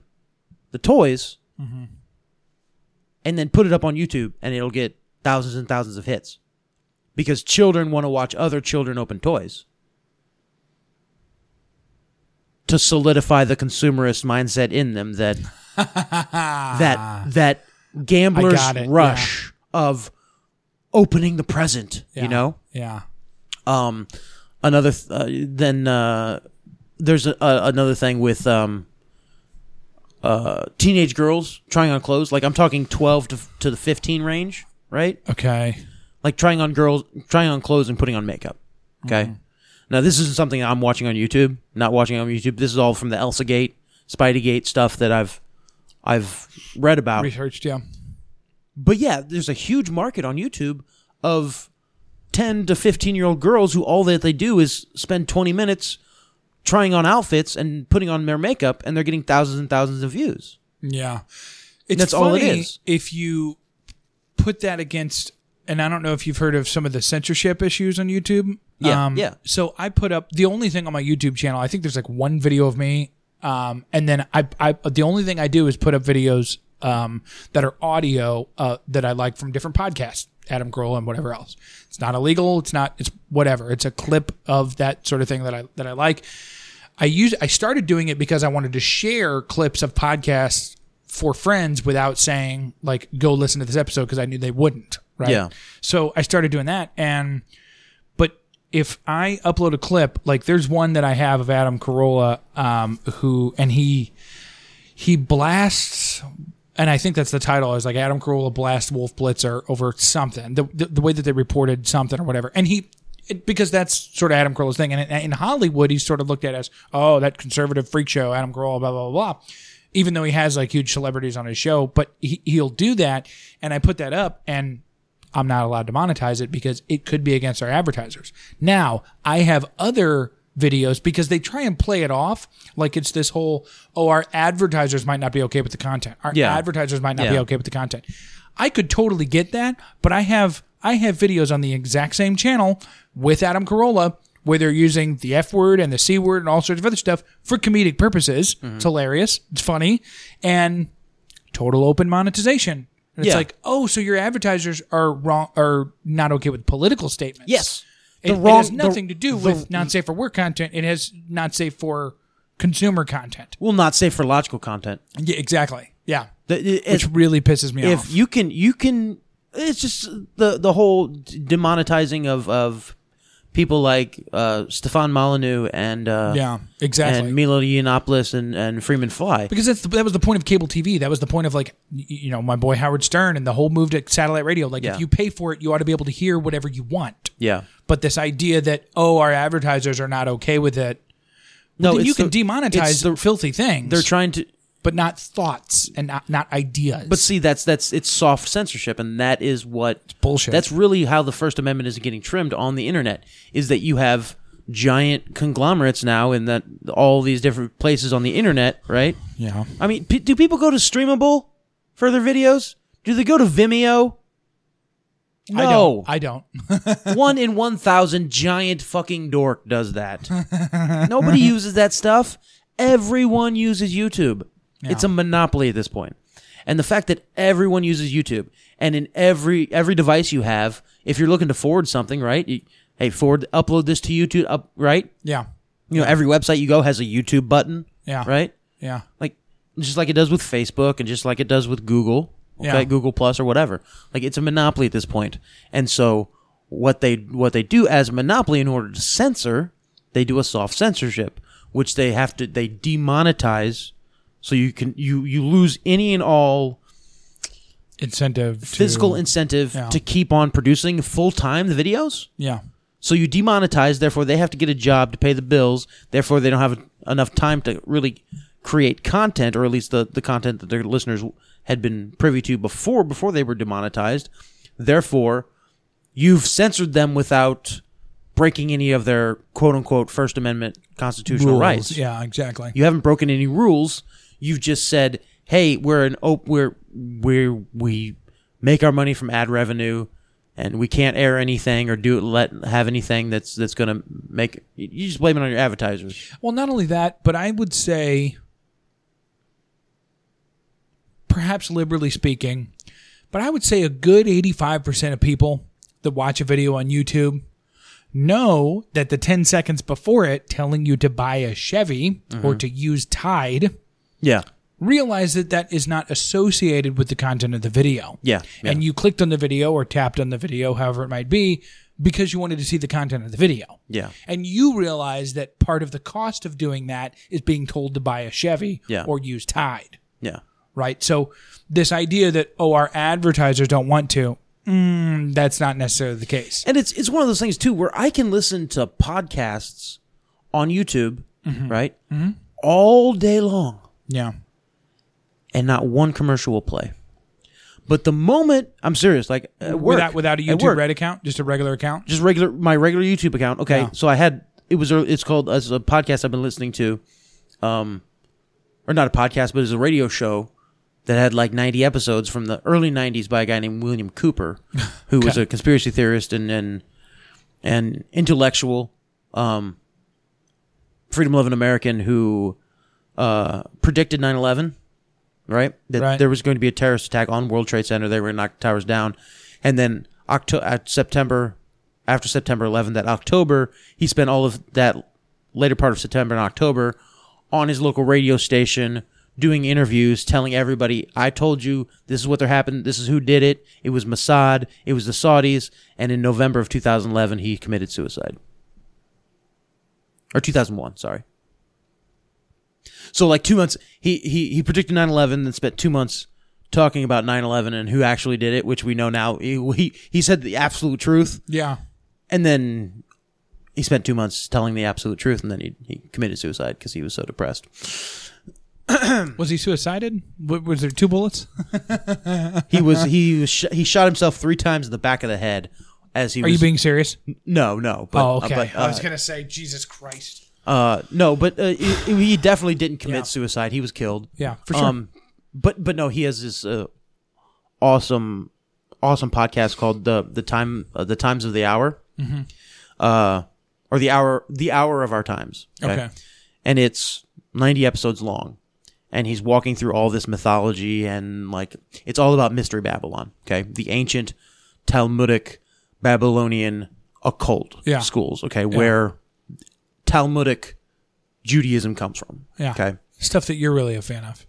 [SPEAKER 1] the toys and then put it up on YouTube and it'll get thousands and thousands of hits because children want to watch other children open toys to solidify the consumerist mindset in them that that that gambler's
[SPEAKER 2] got it,
[SPEAKER 1] rush of opening the present
[SPEAKER 2] Yeah.
[SPEAKER 1] you know
[SPEAKER 2] Yeah.
[SPEAKER 1] um another th- uh, then uh there's a, a, another thing with um uh teenage girls trying on clothes like i'm talking 12 to to the 15 range right
[SPEAKER 2] Okay.
[SPEAKER 1] like trying on girls trying on clothes and putting on makeup okay Now, this isn't something I'm watching on YouTube. Not watching on YouTube. This is all from the Elsa Gate, Spidey Gate stuff that I've I've read about.
[SPEAKER 2] Researched, yeah.
[SPEAKER 1] But yeah, there's a huge market on YouTube of 10 to 15 year old girls who all that they do is spend 20 minutes trying on outfits and putting on their makeup, and they're getting thousands and thousands of views.
[SPEAKER 2] Yeah. It's
[SPEAKER 1] That's all it is.
[SPEAKER 2] If you put that against, and I don't know if you've heard of some of the censorship issues on YouTube. Um,
[SPEAKER 1] Yeah, yeah.
[SPEAKER 2] So I put up the only thing on my YouTube channel. I think there's like one video of me, um, and then I, I the only thing I do is put up videos um, that are audio uh, that I like from different podcasts, Adam Grohl and whatever else. It's not illegal. It's not. It's whatever. It's a clip of that sort of thing that I that I like. I use I started doing it because I wanted to share clips of podcasts for friends without saying like go listen to this episode because I knew they wouldn't, right?
[SPEAKER 1] Yeah.
[SPEAKER 2] So I started doing that and but if I upload a clip, like there's one that I have of Adam Carolla um who and he he blasts and I think that's the title is like Adam Carolla blasts Wolf Blitzer over something. The, the the way that they reported something or whatever. And he it, because that's sort of Adam Carolla's thing. And in, in Hollywood, he's sort of looked at as, oh, that conservative freak show, Adam Carolla, blah, blah, blah, blah. Even though he has like huge celebrities on his show, but he, he'll do that. And I put that up and I'm not allowed to monetize it because it could be against our advertisers. Now I have other videos because they try and play it off like it's this whole, oh, our advertisers might not be okay with the content. Our
[SPEAKER 1] Yeah.
[SPEAKER 2] advertisers might not be
[SPEAKER 1] Yeah.
[SPEAKER 2] okay with the content. I could totally get that, but I have I have videos on the exact same channel with Adam Carolla where they're using the F word and the C word and all sorts of other stuff for comedic purposes.
[SPEAKER 1] Mm-hmm.
[SPEAKER 2] It's hilarious, it's funny, and total open monetization. And it's
[SPEAKER 1] Yeah.
[SPEAKER 2] like, oh, so your advertisers are wrong are not okay with political statements.
[SPEAKER 1] Yes.
[SPEAKER 2] It,
[SPEAKER 1] The
[SPEAKER 2] it
[SPEAKER 1] wrong-
[SPEAKER 2] has
[SPEAKER 1] the-
[SPEAKER 2] nothing to do
[SPEAKER 1] the-
[SPEAKER 2] with not safe for work content. It has not safe for consumer content.
[SPEAKER 1] Well, not safe for logical content.
[SPEAKER 2] Yeah, exactly. Yeah.
[SPEAKER 1] The-
[SPEAKER 2] Which
[SPEAKER 1] it's-
[SPEAKER 2] really pisses me off.
[SPEAKER 1] if you can you can it's just the the whole demonetizing of of people like uh Stefan Molyneux and uh
[SPEAKER 2] Yeah, exactly.
[SPEAKER 1] and Milo Yiannopoulos and and Freeman Fly
[SPEAKER 2] because that's the, that was the point of cable TV. That was the point of like y- you know my boy Howard Stern and the whole move to satellite radio. Like
[SPEAKER 1] Yeah.
[SPEAKER 2] if you pay for it, you ought to be able to hear whatever you want.
[SPEAKER 1] yeah
[SPEAKER 2] But this idea that oh our advertisers are not okay with it,
[SPEAKER 1] no
[SPEAKER 2] then
[SPEAKER 1] it's
[SPEAKER 2] you can
[SPEAKER 1] the- it's
[SPEAKER 2] demonetize
[SPEAKER 1] the-
[SPEAKER 2] filthy things.
[SPEAKER 1] they're trying to
[SPEAKER 2] but not thoughts and not, not ideas.
[SPEAKER 1] but see that's that's it's soft censorship and that is what
[SPEAKER 2] bullshit.
[SPEAKER 1] that's really how the first amendment is getting trimmed on the internet is that you have giant conglomerates now in that all these different places on the internet right
[SPEAKER 2] yeah.
[SPEAKER 1] I mean, p- do people go to Streamable for their videos? Do they go to Vimeo?
[SPEAKER 2] I
[SPEAKER 1] No,
[SPEAKER 2] don't. I don't.
[SPEAKER 1] one in one thousand giant fucking dork does that. Nobody uses that stuff. Everyone uses YouTube. It's a monopoly at this point. And the fact that everyone uses YouTube, and in every every device you have, if you're looking to forward something, right? You, hey, forward, upload this to YouTube, up, right?
[SPEAKER 2] yeah.
[SPEAKER 1] You know, every website you go has a YouTube button,
[SPEAKER 2] Yeah.
[SPEAKER 1] right?
[SPEAKER 2] Yeah.
[SPEAKER 1] like just like it does with Facebook and just like it does with Google, okay,
[SPEAKER 2] Yeah.
[SPEAKER 1] Google Plus or whatever. Like it's a monopoly at this point. And so what they what they do as a monopoly in order to censor, they do a soft censorship, which they have to they demonetize so you can you you lose any and all
[SPEAKER 2] Incentive. to-
[SPEAKER 1] physical incentive
[SPEAKER 2] yeah.
[SPEAKER 1] to keep on producing full time the videos.
[SPEAKER 2] yeah.
[SPEAKER 1] So you demonetize, therefore they have to get a job to pay the bills. Therefore they don't have enough time to really create content, or at least the, the content that their listeners had been privy to before before they were demonetized. Therefore, you've censored them without breaking any of their quote unquote First Amendment constitutional
[SPEAKER 2] Rules.
[SPEAKER 1] rights.
[SPEAKER 2] Yeah. Exactly.
[SPEAKER 1] You haven't broken any rules. You've just said, "Hey, we're an op- we're we we make our money from ad revenue, and we can't air anything or do let have anything that's that's going to make you just blame it on your advertisers."
[SPEAKER 2] Well, not only that, but I would say, perhaps liberally speaking, but I would say a good 85% of people that watch a video on YouTube know that the 10 seconds before it telling you to buy a Chevy
[SPEAKER 1] Mm-hmm.
[SPEAKER 2] or to use Tide,
[SPEAKER 1] Yeah,
[SPEAKER 2] realize that that is not associated with the content of the video.
[SPEAKER 1] yeah,
[SPEAKER 2] And you clicked on the video or tapped on the video, however it might be, because you wanted to see the content of the video.
[SPEAKER 1] yeah,
[SPEAKER 2] And you realize that part of the cost of doing that is being told to buy a Chevy
[SPEAKER 1] Yeah.
[SPEAKER 2] or use Tide,
[SPEAKER 1] yeah,
[SPEAKER 2] right? So this idea that oh our advertisers don't want to, mm,
[SPEAKER 3] That's not necessarily the case.
[SPEAKER 1] And it's it's one of those things too where I can listen to podcasts on YouTube,
[SPEAKER 3] Mm-hmm.
[SPEAKER 1] right? All day long
[SPEAKER 3] Yeah.
[SPEAKER 1] and not one commercial will play. But the moment I'm serious, like at work,
[SPEAKER 3] without without a
[SPEAKER 1] at
[SPEAKER 3] YouTube
[SPEAKER 1] work,
[SPEAKER 3] Red account, just a regular account.
[SPEAKER 1] just regular my regular YouTube account. Okay,
[SPEAKER 3] Yeah.
[SPEAKER 1] so I had it was a- it's called as a podcast I've been listening to, um, or not a podcast, but it's a radio show that had like 90 episodes from the early 90s by a guy named William Cooper, who was a conspiracy theorist and and and intellectual, um, freedom loving American who uh, predicted 9/11, right? That
[SPEAKER 3] Right.
[SPEAKER 1] there was going to be a terrorist attack on World Trade Center. They were going to knock the towers down, and then Octo- at September, after September 11, that October, he spent all of that later part of September and October on his local radio station doing interviews, telling everybody, "I told you this is what there happened. This is who did it. It was Mossad. It was the Saudis." And in November of 2011, he committed suicide, or 2001. Sorry. So like two months, he he he predicted 9/11, then spent two months talking about 9/11 and who actually did it, which we know now. He he, he said the absolute truth,
[SPEAKER 3] Yeah.
[SPEAKER 1] and then he spent two months telling the absolute truth, and then he he committed suicide because he was so depressed.
[SPEAKER 3] Was he suicided? W- was there two bullets?
[SPEAKER 1] He was he was sh- he shot himself three times in the back of the head as he
[SPEAKER 3] Are
[SPEAKER 1] was
[SPEAKER 3] you being serious?
[SPEAKER 1] no no but,
[SPEAKER 3] oh, okay.
[SPEAKER 1] uh, but,
[SPEAKER 3] I was
[SPEAKER 1] uh,
[SPEAKER 3] gonna say Jesus Christ.
[SPEAKER 1] Uh, no, but uh, he, he definitely didn't commit suicide. He was killed.
[SPEAKER 3] Yeah, for sure.
[SPEAKER 1] Um, but but no, he has this uh, awesome awesome podcast called the the time uh, the times of the hour,
[SPEAKER 3] Mm-hmm.
[SPEAKER 1] uh, or the hour the hour of our times.
[SPEAKER 3] Okay.
[SPEAKER 1] and it's ninety episodes long, and he's walking through all this mythology and like it's all about mystery Babylon. Okay, the ancient Talmudic Babylonian occult
[SPEAKER 3] Yeah.
[SPEAKER 1] schools. Okay, where Talmudic Judaism comes from.
[SPEAKER 3] Yeah.
[SPEAKER 1] Okay.
[SPEAKER 3] Stuff that you're really a fan of.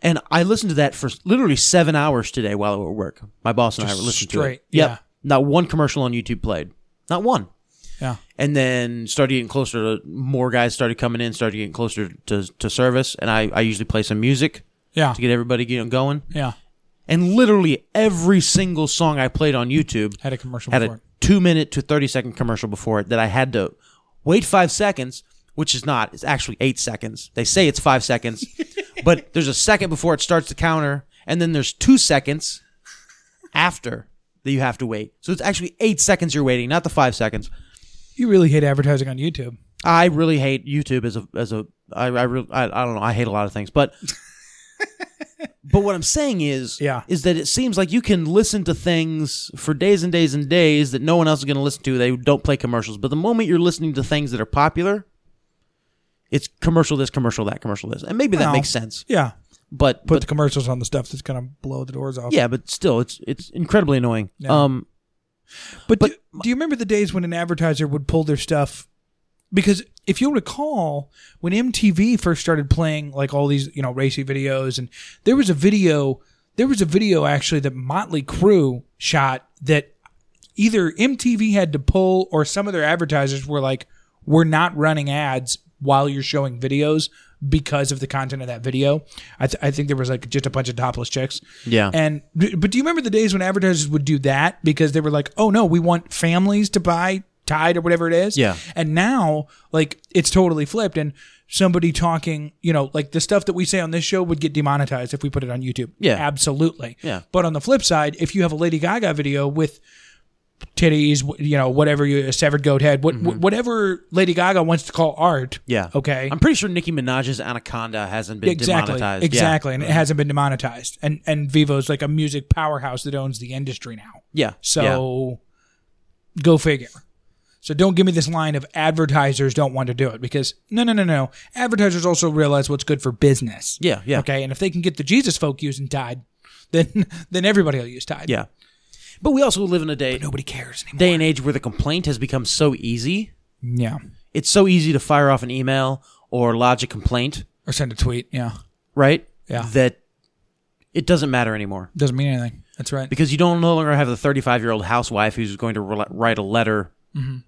[SPEAKER 1] And I listened to that for literally seven hours today while I was at work. My boss and I were listening to
[SPEAKER 3] straight,
[SPEAKER 1] it. Yep.
[SPEAKER 3] yeah.
[SPEAKER 1] Not one commercial on YouTube played. Not one.
[SPEAKER 3] Yeah.
[SPEAKER 1] And then started getting closer to more guys started coming in, started getting closer to, to service. And I, I usually play some music
[SPEAKER 3] Yeah.
[SPEAKER 1] to get everybody you know, going.
[SPEAKER 3] Yeah.
[SPEAKER 1] And literally every single song I played on YouTube
[SPEAKER 3] Had a commercial
[SPEAKER 1] had
[SPEAKER 3] before.
[SPEAKER 1] a two minute to 30 second commercial before it that I had to wait five seconds, which is not. It's actually eight seconds. They say it's five seconds, but there's a second before it starts to counter, and then there's two seconds after that you have to wait. So it's actually eight seconds you're waiting, not the five seconds.
[SPEAKER 3] You really hate advertising on YouTube.
[SPEAKER 1] I really hate YouTube as a as a I I re- I, I don't know I hate a lot of things but but what I'm saying is
[SPEAKER 3] Yeah.
[SPEAKER 1] is that it seems like you can listen to things for days and days and days that no one else is going to listen to they don't play commercials but the moment you're listening to things that are popular it's commercial this commercial that commercial this and maybe that
[SPEAKER 3] Well,
[SPEAKER 1] makes sense
[SPEAKER 3] Yeah.
[SPEAKER 1] but
[SPEAKER 2] Put
[SPEAKER 1] but
[SPEAKER 2] the commercials on the stuff that's going to blow the doors off.
[SPEAKER 1] yeah but still it's it's incredibly annoying um
[SPEAKER 2] But,
[SPEAKER 1] But-
[SPEAKER 2] do, do you remember the days when an advertiser would pull their stuff? Because if you'll recall, when MTV first started playing like all these, you know, racy videos, and there was a video, there was a video actually that Motley Crue shot that either MTV had to pull or some of their advertisers were like, we're not running ads while you're showing videos because of the content of that video. I, th- I think there was like just a bunch of topless chicks.
[SPEAKER 1] Yeah.
[SPEAKER 2] And but do you remember the days when advertisers would do that because they were like, "Oh no, we want families to buy Tide or whatever it is."
[SPEAKER 1] Yeah.
[SPEAKER 2] And now like it's totally flipped and somebody talking, you know, like the stuff that we say on this show would get demonetized if we put it on YouTube.
[SPEAKER 1] Yeah.
[SPEAKER 2] Absolutely.
[SPEAKER 1] Yeah.
[SPEAKER 2] But on the flip side, if you have a Lady Gaga video with titties, wh- you know, whatever you a severed goat head, what, wh- whatever Lady Gaga wants to call art.
[SPEAKER 1] Mm-hmm. yeah
[SPEAKER 2] Okay.
[SPEAKER 1] I'm pretty sure Nicki Minaj's Anaconda hasn't been
[SPEAKER 2] exactly.
[SPEAKER 1] demonetized
[SPEAKER 2] Exactly. And it hasn't been demonetized. And and Vivo's like a music powerhouse that owns the industry now.
[SPEAKER 1] yeah, yeah. yeah.
[SPEAKER 2] So go figure. So don't give me this line of advertisers don't want to do it because no no no no. Advertisers also realize what's good for business.
[SPEAKER 1] Yeah, yeah.
[SPEAKER 2] Okay. And if they can get the Jesus folk using Tide, then then everybody will use Tide.
[SPEAKER 1] Yeah. But we also live in a day
[SPEAKER 2] Nobody cares anymore.
[SPEAKER 1] day and age where the complaint has become so easy.
[SPEAKER 2] yeah.
[SPEAKER 1] It's so easy to fire off an email or lodge a complaint,
[SPEAKER 2] Or send a tweet. Yeah.
[SPEAKER 1] right?
[SPEAKER 2] Yeah.
[SPEAKER 1] That it doesn't matter anymore
[SPEAKER 2] Doesn't mean anything. That's right.
[SPEAKER 1] because you don't no longer have the 35 year old housewife who's going to re- write a letter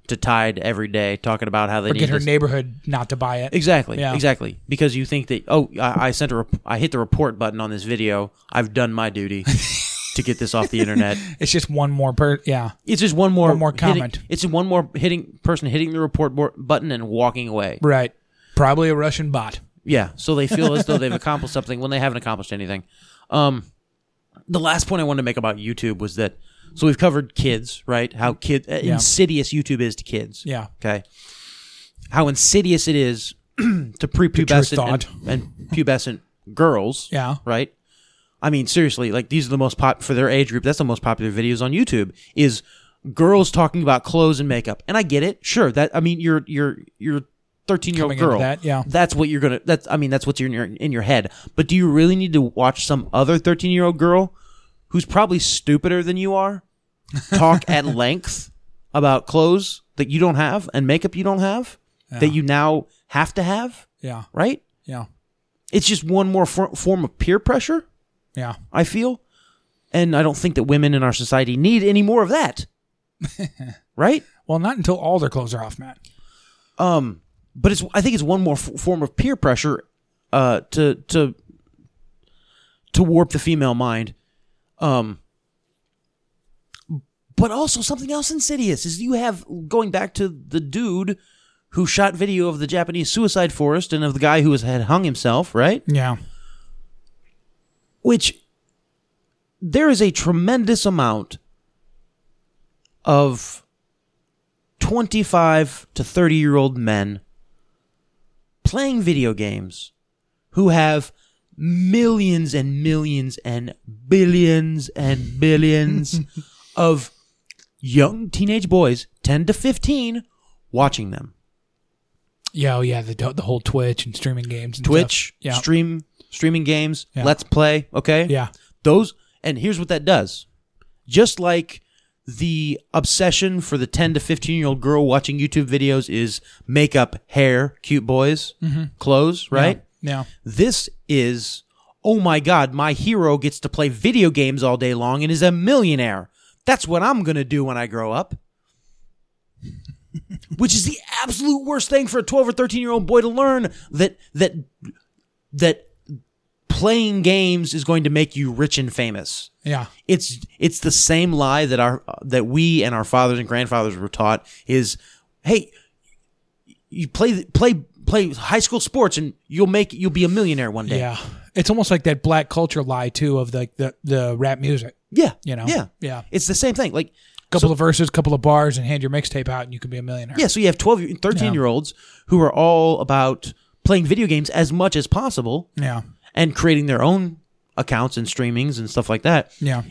[SPEAKER 1] to Tide every day talking about how they
[SPEAKER 2] Mm-hmm. Or
[SPEAKER 1] need
[SPEAKER 2] get her
[SPEAKER 1] this-
[SPEAKER 2] neighborhood not to buy it.
[SPEAKER 1] Exactly.
[SPEAKER 2] Yeah.
[SPEAKER 1] Exactly. Because you think that oh, I, I sent a rep- I hit the report button on this video. I've done my duty. to get this off the internet.
[SPEAKER 2] It's just one more per. Yeah.
[SPEAKER 1] It's just one more
[SPEAKER 2] One more
[SPEAKER 1] hitting-
[SPEAKER 2] comment.
[SPEAKER 1] it's one more hitting person hitting the report bo- button and walking away.
[SPEAKER 2] Right. Probably a Russian bot.
[SPEAKER 1] Yeah, so they feel as though they've accomplished something when they haven't accomplished anything. Um, the last point I wanted to make about YouTube was that so we've covered kids, right? How kid uh, insidious YouTube is to kids.
[SPEAKER 2] Yeah.
[SPEAKER 1] Okay. How insidious it is to prepubescent
[SPEAKER 2] thought.
[SPEAKER 1] and, and pubescent girls.
[SPEAKER 2] Yeah.
[SPEAKER 1] Right. I mean, seriously, like these are the most pop for their age group. That's the most popular videos on YouTube is girls talking about clothes and makeup. And I get it, sure. That I mean, you're you're you're thirteen year old
[SPEAKER 2] Coming into
[SPEAKER 1] girl.
[SPEAKER 2] that, yeah.
[SPEAKER 1] That's what you're gonna. That's I mean, that's what's in your in your head. But do you really need to watch some other thirteen year old girl who's probably stupider than you are talk at length about clothes that you don't have and makeup you don't have that you now have to have?
[SPEAKER 2] Yeah.
[SPEAKER 1] Right?
[SPEAKER 2] Yeah.
[SPEAKER 1] It's just one more for- form of peer pressure.
[SPEAKER 2] Yeah.
[SPEAKER 1] I feel. And I don't think that women in our society need any more of that. right?
[SPEAKER 2] Well, not until all their clothes are off, Matt.
[SPEAKER 1] Um, but it's I think it's one more f- form of peer pressure uh, to to to warp the female mind. Um, but also something else insidious is you have going back to the dude who shot video of the Japanese suicide forest and of the guy who was, had hung himself, right?
[SPEAKER 2] Yeah.
[SPEAKER 1] which there is a tremendous amount of 25 to 30 year old men playing video games who have millions and millions and billions and billions of young teenage boys 10 to 15 watching them
[SPEAKER 2] Yeah. Oh, yeah. The the whole Twitch and streaming games. And
[SPEAKER 1] twitch
[SPEAKER 2] Stuff. Yeah.
[SPEAKER 1] stream streaming games
[SPEAKER 2] Yeah.
[SPEAKER 1] let's play okay
[SPEAKER 2] yeah.
[SPEAKER 1] those and here's what that does just like the obsession for the 10 to 15 year old girl watching youtube videos is makeup hair cute boys clothes right
[SPEAKER 2] Yeah.
[SPEAKER 1] this is oh my god my hero gets to play video games all day long and is a millionaire that's what i'm gonna do when i grow up which is the absolute worst thing for a 12 or 13 year old boy to learn that that that playing games is going to make you rich and famous
[SPEAKER 2] Yeah.
[SPEAKER 1] it's it's the same lie that our that we and our fathers and grandfathers were taught is hey you play play play high school sports and you'll make you'll be a millionaire one day
[SPEAKER 2] Yeah. It's almost like that black culture lie too of like the, the rap music.
[SPEAKER 1] yeah
[SPEAKER 2] You know?
[SPEAKER 1] yeah
[SPEAKER 2] Yeah.
[SPEAKER 1] it's the same thing like
[SPEAKER 2] Couple of verses, couple of bars, and hand your mixtape out, and you can be a millionaire.
[SPEAKER 1] yeah so you have 12 13 year olds who are all about playing video games as much as possible
[SPEAKER 2] Yeah.
[SPEAKER 1] and creating their own accounts and streamings and stuff like that
[SPEAKER 2] Yeah.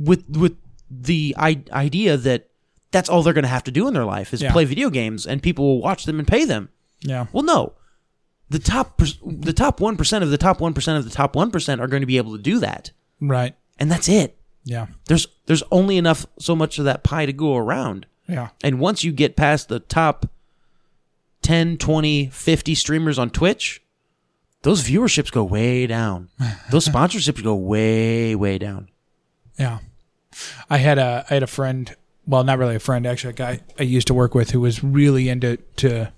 [SPEAKER 1] with with the I- idea that that's all they're going to have to do in their life is
[SPEAKER 2] Yeah.
[SPEAKER 1] play video games and people will watch them and pay them
[SPEAKER 2] Yeah.
[SPEAKER 1] Well, no. The top per- the top 1% of the top 1% of the top 1% are going to be able to do that.
[SPEAKER 2] Right.
[SPEAKER 1] And that's it.
[SPEAKER 2] Yeah.
[SPEAKER 1] There's there's only enough so much of that pie to go around.
[SPEAKER 2] Yeah.
[SPEAKER 1] And once you get past the top 10, 20, 50 streamers on Twitch, those viewerships go way down. Those sponsorships go way way down.
[SPEAKER 2] Yeah. I had a I had a friend, well, not really a friend, actually a guy I used to work with who was really into to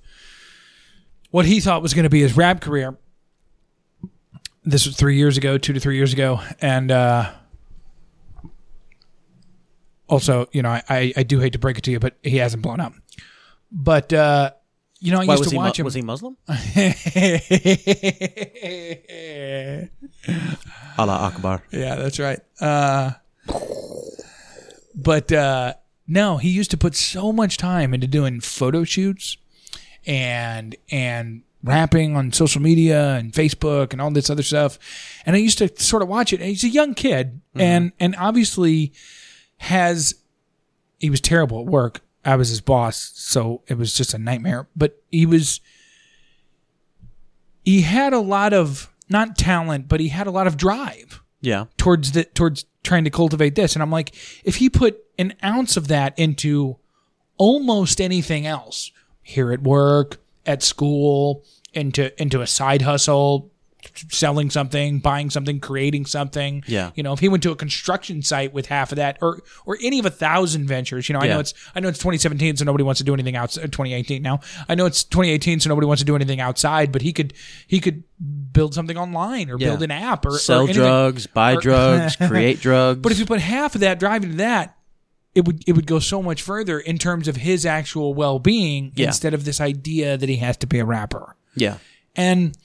[SPEAKER 2] what he thought was going to be his rap career. This was three years ago, two to three years ago, and uh, also, you know, I, I, I do hate to break it to you, but he hasn't blown up. But uh, you know, I
[SPEAKER 1] Why
[SPEAKER 2] used
[SPEAKER 1] was
[SPEAKER 2] to
[SPEAKER 1] he, mu-
[SPEAKER 2] watch him.
[SPEAKER 1] was he Muslim? Allah Akbar.
[SPEAKER 2] Yeah, that's right. Uh, but uh, no, he used to put so much time into doing photo shoots and and rapping on social media and Facebook and all this other stuff. And I used to sort of watch it. And he's a young kid, and and obviously has he was terrible at work. I was his boss, so it was just a nightmare. But he was he had a lot of not talent, but he had a lot of drive
[SPEAKER 1] Yeah.
[SPEAKER 2] towards the towards trying to cultivate this and i'm like if he put an ounce of that into almost anything else here at work at school into into a side hustle selling something, buying something, creating something.
[SPEAKER 1] Yeah.
[SPEAKER 2] You know, if he went to a construction site with half of that or or any of a thousand ventures, you know, I know
[SPEAKER 1] Yeah.
[SPEAKER 2] it's I know it's 2017 so nobody wants to do anything outside 2018 now. I know it's 2018 so nobody wants to do anything outside, but he could he could build something online or
[SPEAKER 1] Yeah.
[SPEAKER 2] build an app or or
[SPEAKER 1] Sell
[SPEAKER 2] anything.
[SPEAKER 1] drugs, buy
[SPEAKER 2] Or-
[SPEAKER 1] drugs, create drugs.
[SPEAKER 2] But if you put half of that drive into that, it would it would go so much further in terms of his actual well being
[SPEAKER 1] Yeah.
[SPEAKER 2] instead of this idea that he has to be a rapper.
[SPEAKER 1] yeah,
[SPEAKER 2] And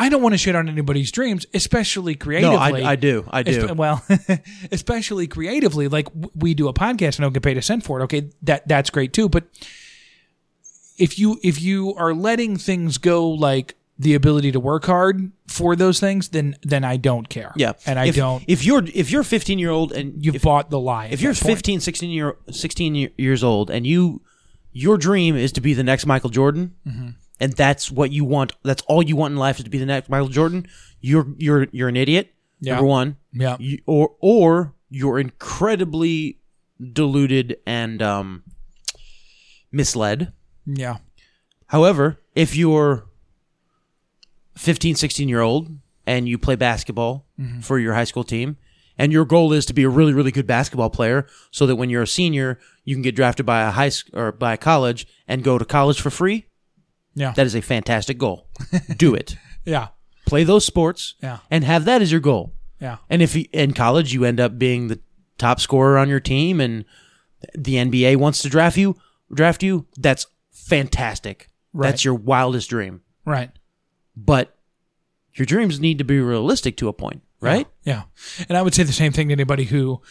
[SPEAKER 2] I don't want to shit on anybody's dreams, especially creatively.
[SPEAKER 1] I do, I do.
[SPEAKER 2] Espe- well, especially creatively, like w- we do a podcast and don't get paid a cent for it. Okay, that that's great too. But if you if you are letting things go, like the ability to work hard for those things, then then I don't care.
[SPEAKER 1] yeah.
[SPEAKER 2] and I
[SPEAKER 1] if,
[SPEAKER 2] don't.
[SPEAKER 1] If you're if you're 15 year old and
[SPEAKER 2] You've
[SPEAKER 1] if,
[SPEAKER 2] bought the lie.
[SPEAKER 1] if you're 15, 16 year 16 year- years old and you your dream is to be the next Michael Jordan,
[SPEAKER 2] Mm-hmm.
[SPEAKER 1] and that's what you want. That's all you want in life is to be the next Michael Jordan. You're you're you're an idiot.
[SPEAKER 2] Yeah.
[SPEAKER 1] Number one.
[SPEAKER 2] Yeah.
[SPEAKER 1] You, or or you're incredibly deluded and um, misled.
[SPEAKER 2] yeah,
[SPEAKER 1] However, if you're 15, 16 year old and you play basketball
[SPEAKER 2] Mm-hmm.
[SPEAKER 1] for your high school team, and your goal is to be a really, really good basketball player so that when you're a senior, you can get drafted by a high sch- or by a college and go to college for free.
[SPEAKER 2] Yeah.
[SPEAKER 1] That is a fantastic goal. Do it.
[SPEAKER 2] yeah,
[SPEAKER 1] Play those sports
[SPEAKER 2] Yeah.
[SPEAKER 1] and have that as your goal.
[SPEAKER 2] yeah.
[SPEAKER 1] And if you, in college you end up being the top scorer on your team and the NBA wants to draft you, draft you, that's fantastic.
[SPEAKER 2] Right.
[SPEAKER 1] That's your wildest dream.
[SPEAKER 2] Right.
[SPEAKER 1] But your dreams need to be realistic to a point, right?
[SPEAKER 2] Yeah. And I would say the same thing to anybody who,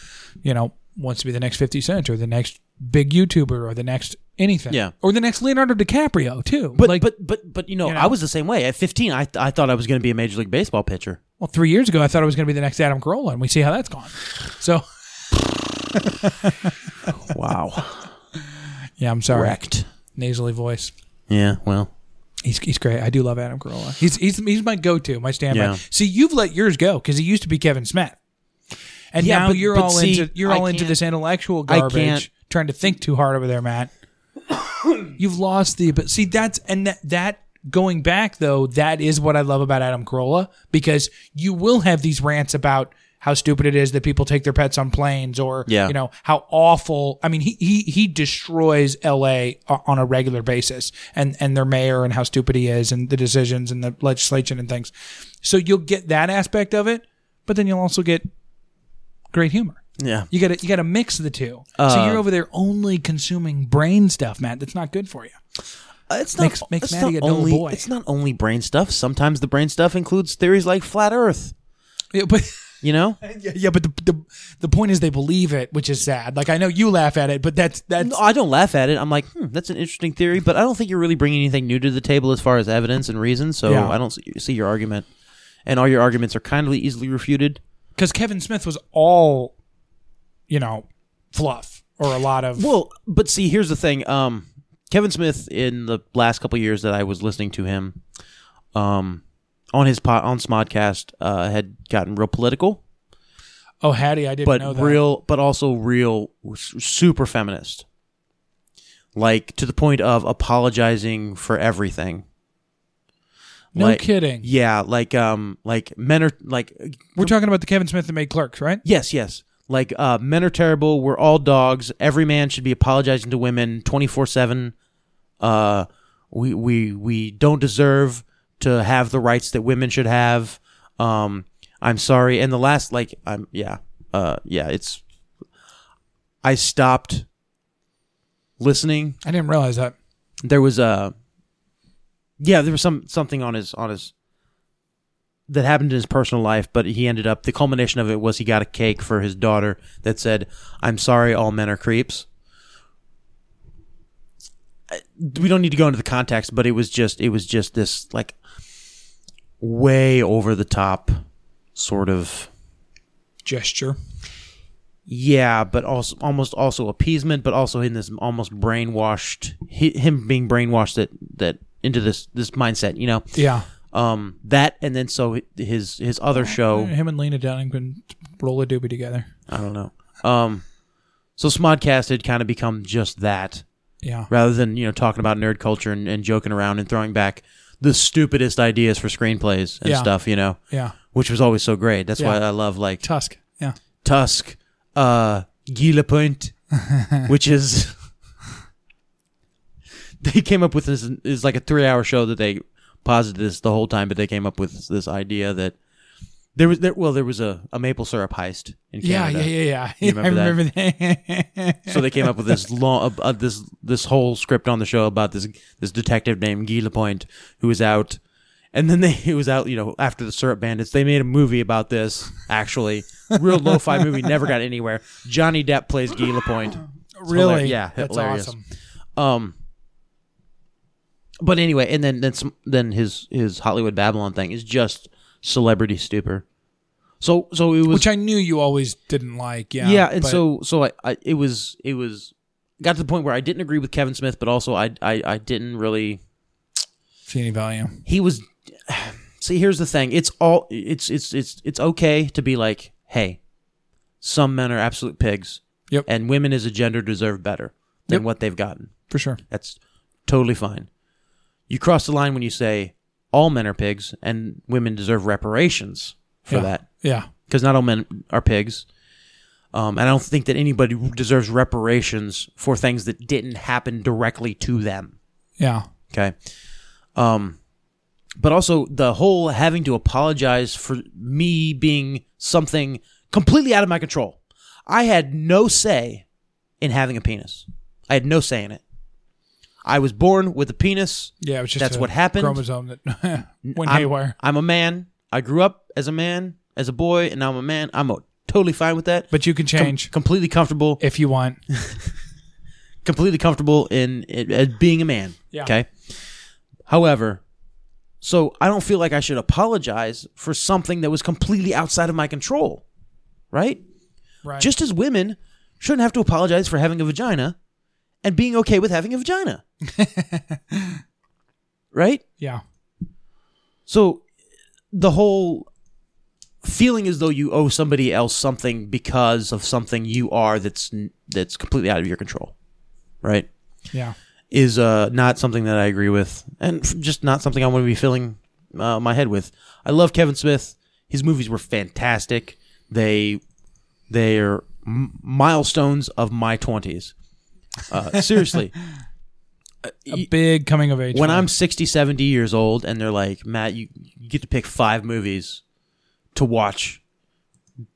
[SPEAKER 2] you know, wants to be the next 50 Cent or the next big YouTuber or the next anything.
[SPEAKER 1] Yeah.
[SPEAKER 2] Or the next Leonardo DiCaprio, too.
[SPEAKER 1] But but but but you know,
[SPEAKER 2] you know.
[SPEAKER 1] I was the same way. At 15, I I thought I was going to be a major league baseball pitcher.
[SPEAKER 2] well, three years ago, I thought I was going to be the next Adam Carolla, and we see how that's gone. So,
[SPEAKER 1] Wow.
[SPEAKER 2] yeah, I'm sorry.
[SPEAKER 1] Correct.
[SPEAKER 2] Nasally voice.
[SPEAKER 1] Yeah, well.
[SPEAKER 2] He's, he's great. I do love Adam Carolla. He's he's, he's my go to, my standby.
[SPEAKER 1] Yeah.
[SPEAKER 2] See, you've let yours go because he used to be Kevin Smith, and
[SPEAKER 1] Yeah,
[SPEAKER 2] now
[SPEAKER 1] but-
[SPEAKER 2] you're
[SPEAKER 1] but
[SPEAKER 2] all
[SPEAKER 1] see,
[SPEAKER 2] into you're
[SPEAKER 1] I
[SPEAKER 2] all into
[SPEAKER 1] can't-
[SPEAKER 2] this intellectual
[SPEAKER 1] I
[SPEAKER 2] garbage,
[SPEAKER 1] can't-
[SPEAKER 2] trying to think too hard over there, Matt. you've lost the but see that's and that that going back though that is what I love about Adam Carolla because you will have these rants about how stupid it is that people take their pets on planes or
[SPEAKER 1] Yeah.
[SPEAKER 2] you know how awful I mean he he he destroys LA o- on a regular basis and and their mayor and how stupid he is and the decisions and the legislation and things so you'll get that aspect of it but then you'll also get great humor
[SPEAKER 1] Yeah.
[SPEAKER 2] you got to you got to mix the two so
[SPEAKER 1] Uh.
[SPEAKER 2] you're over there only consuming brain stuff Matt that's not good for you
[SPEAKER 1] Uh, It's
[SPEAKER 2] Makes- makes
[SPEAKER 1] it's
[SPEAKER 2] Matty a dull
[SPEAKER 1] only,
[SPEAKER 2] boy.
[SPEAKER 1] It's not only brain stuff. Sometimes the brain stuff includes theories like flat earth,
[SPEAKER 2] yeah, but
[SPEAKER 1] you know?
[SPEAKER 2] Yeah, yeah, but the, the the point is they believe it, which is sad. Like I know you laugh at it, but that's that's
[SPEAKER 1] No, I don't laugh at it. I'm like, hmm, that's an interesting theory, but I don't think you're really bringing anything new to the table as far as evidence and reason. So
[SPEAKER 2] Yeah.
[SPEAKER 1] I don't see, see your argument, and all your arguments are kindly easily refuted.
[SPEAKER 2] because Kevin Smith was all, you know, fluff or a lot of
[SPEAKER 1] Well, but see, here's the thing. Um, Kevin Smith, in the last couple years that I was listening to him, um, on his pot on Smodcast, uh, had gotten real political,
[SPEAKER 2] oh Hattie, I didn't
[SPEAKER 1] but
[SPEAKER 2] know that.
[SPEAKER 1] real, but also real, s- super feminist, like to the point of apologizing for everything.
[SPEAKER 2] no
[SPEAKER 1] like-
[SPEAKER 2] kidding.
[SPEAKER 1] Yeah, like um, like men are like uh,
[SPEAKER 2] We're talking about the Kevin Smith that made Clerks, right?
[SPEAKER 1] yes, yes, like uh, men are terrible. We're all dogs. Every man should be apologizing to women twenty four seven. Uh, we we we don't deserve to have the rights that women should have. Um, I'm sorry. And the last like I'm yeah uh yeah it's I stopped listening
[SPEAKER 2] I didn't realize that.
[SPEAKER 1] there was a yeah there was some something on his on his that happened in his personal life but he ended up the culmination of it was he got a cake for his daughter that said i'm sorry all men are creeps I- we don't need to go into the context but it was just it was just this like way over the top sort of
[SPEAKER 2] Gesture.
[SPEAKER 1] yeah, but also almost also appeasement, but also in this almost brainwashed hi- him being brainwashed that that into this this mindset, you know.
[SPEAKER 2] Yeah,
[SPEAKER 1] Um, that and then so his his other show,
[SPEAKER 2] him and Lena Dunham can roll a doobie together.
[SPEAKER 1] I don't know. Um, so Smodcast had kind of become just that
[SPEAKER 2] Yeah,
[SPEAKER 1] rather than you know talking about nerd culture and, and joking around and throwing back the stupidest ideas for screenplays and
[SPEAKER 2] Yeah.
[SPEAKER 1] stuff, you know,
[SPEAKER 2] Yeah.
[SPEAKER 1] which was always so great. That's why
[SPEAKER 2] Yeah.
[SPEAKER 1] I love like
[SPEAKER 2] Tusk. Yeah.
[SPEAKER 1] Tusk, uh, Guy Lapointe, which is they came up with this is like a three hour show that they posited this the whole time, but they came up with this idea that there was there well there was a, a maple syrup heist in
[SPEAKER 2] Yeah,
[SPEAKER 1] Canada.
[SPEAKER 2] yeah, yeah, yeah.
[SPEAKER 1] You remember
[SPEAKER 2] I
[SPEAKER 1] that?
[SPEAKER 2] remember that.
[SPEAKER 1] So they came up with this long, uh, this this whole script on the show about this this detective named Guy Lapointe who was out, and then they he was out. You know, after the Syrup Bandits, they made a movie about this. Actually, real lo-fi movie never got anywhere. Johnny Depp plays Guy Lapointe. It's hilar-
[SPEAKER 2] really?
[SPEAKER 1] yeah,
[SPEAKER 2] That's
[SPEAKER 1] hilarious.
[SPEAKER 2] awesome.
[SPEAKER 1] Um, but anyway, and then then some, then his his Hollywood Babylon thing is just celebrity stupor. So so it was
[SPEAKER 2] Which I knew you always didn't like. Yeah.
[SPEAKER 1] yeah and
[SPEAKER 2] but-
[SPEAKER 1] so so I, I it was it was got to the point where i didn't agree with kevin smith but also i i, I didn't really
[SPEAKER 2] see any value.
[SPEAKER 1] he was see here's the thing it's all it's it's it's it's okay to be like hey some men are absolute pigs
[SPEAKER 2] Yep.
[SPEAKER 1] and women as a gender deserve better than
[SPEAKER 2] Yep.
[SPEAKER 1] what they've gotten
[SPEAKER 2] For sure.
[SPEAKER 1] that's totally fine you cross the line when you say all men are pigs and women deserve reparations for
[SPEAKER 2] Yeah.
[SPEAKER 1] that
[SPEAKER 2] Yeah.
[SPEAKER 1] because not all men are pigs. Um, and I don't think that anybody deserves reparations for things that didn't happen directly to them.
[SPEAKER 2] Yeah.
[SPEAKER 1] Okay. Um, but also the whole having to apologize for me being something completely out of my control. I had no say in having a penis. I had no say in it. I was born with a penis.
[SPEAKER 2] Yeah. It was just
[SPEAKER 1] That's
[SPEAKER 2] a
[SPEAKER 1] what happened.
[SPEAKER 2] Chromosome that went
[SPEAKER 1] I'm-
[SPEAKER 2] haywire.
[SPEAKER 1] I'm a man. I grew up as a man, as a boy, and now I'm a man. I'm o- totally fine with that
[SPEAKER 2] But you can
[SPEAKER 1] com-
[SPEAKER 2] change
[SPEAKER 1] completely comfortable,
[SPEAKER 2] if you want.
[SPEAKER 1] completely comfortable in, in as being a man.
[SPEAKER 2] Yeah.
[SPEAKER 1] Okay. However, so I don't feel like I should apologize for something that was completely outside of my control, right?
[SPEAKER 2] Right.
[SPEAKER 1] Just as women shouldn't have to apologize for having a vagina and being okay with having a vagina, right?
[SPEAKER 2] yeah.
[SPEAKER 1] So the whole feeling as though you owe somebody else something because of something you are that's that's completely out of your control, right?
[SPEAKER 2] Yeah.
[SPEAKER 1] Is uh, not something that I agree with, and f- just not something I want to be filling uh, my head with. I love Kevin Smith. His movies were fantastic. They they are m- milestones of my twenties. Uh, seriously,
[SPEAKER 2] A big coming of age.
[SPEAKER 1] when
[SPEAKER 2] film.
[SPEAKER 1] I'm 60, 70 years old and they're like, Matt, you, you get to pick five movies to watch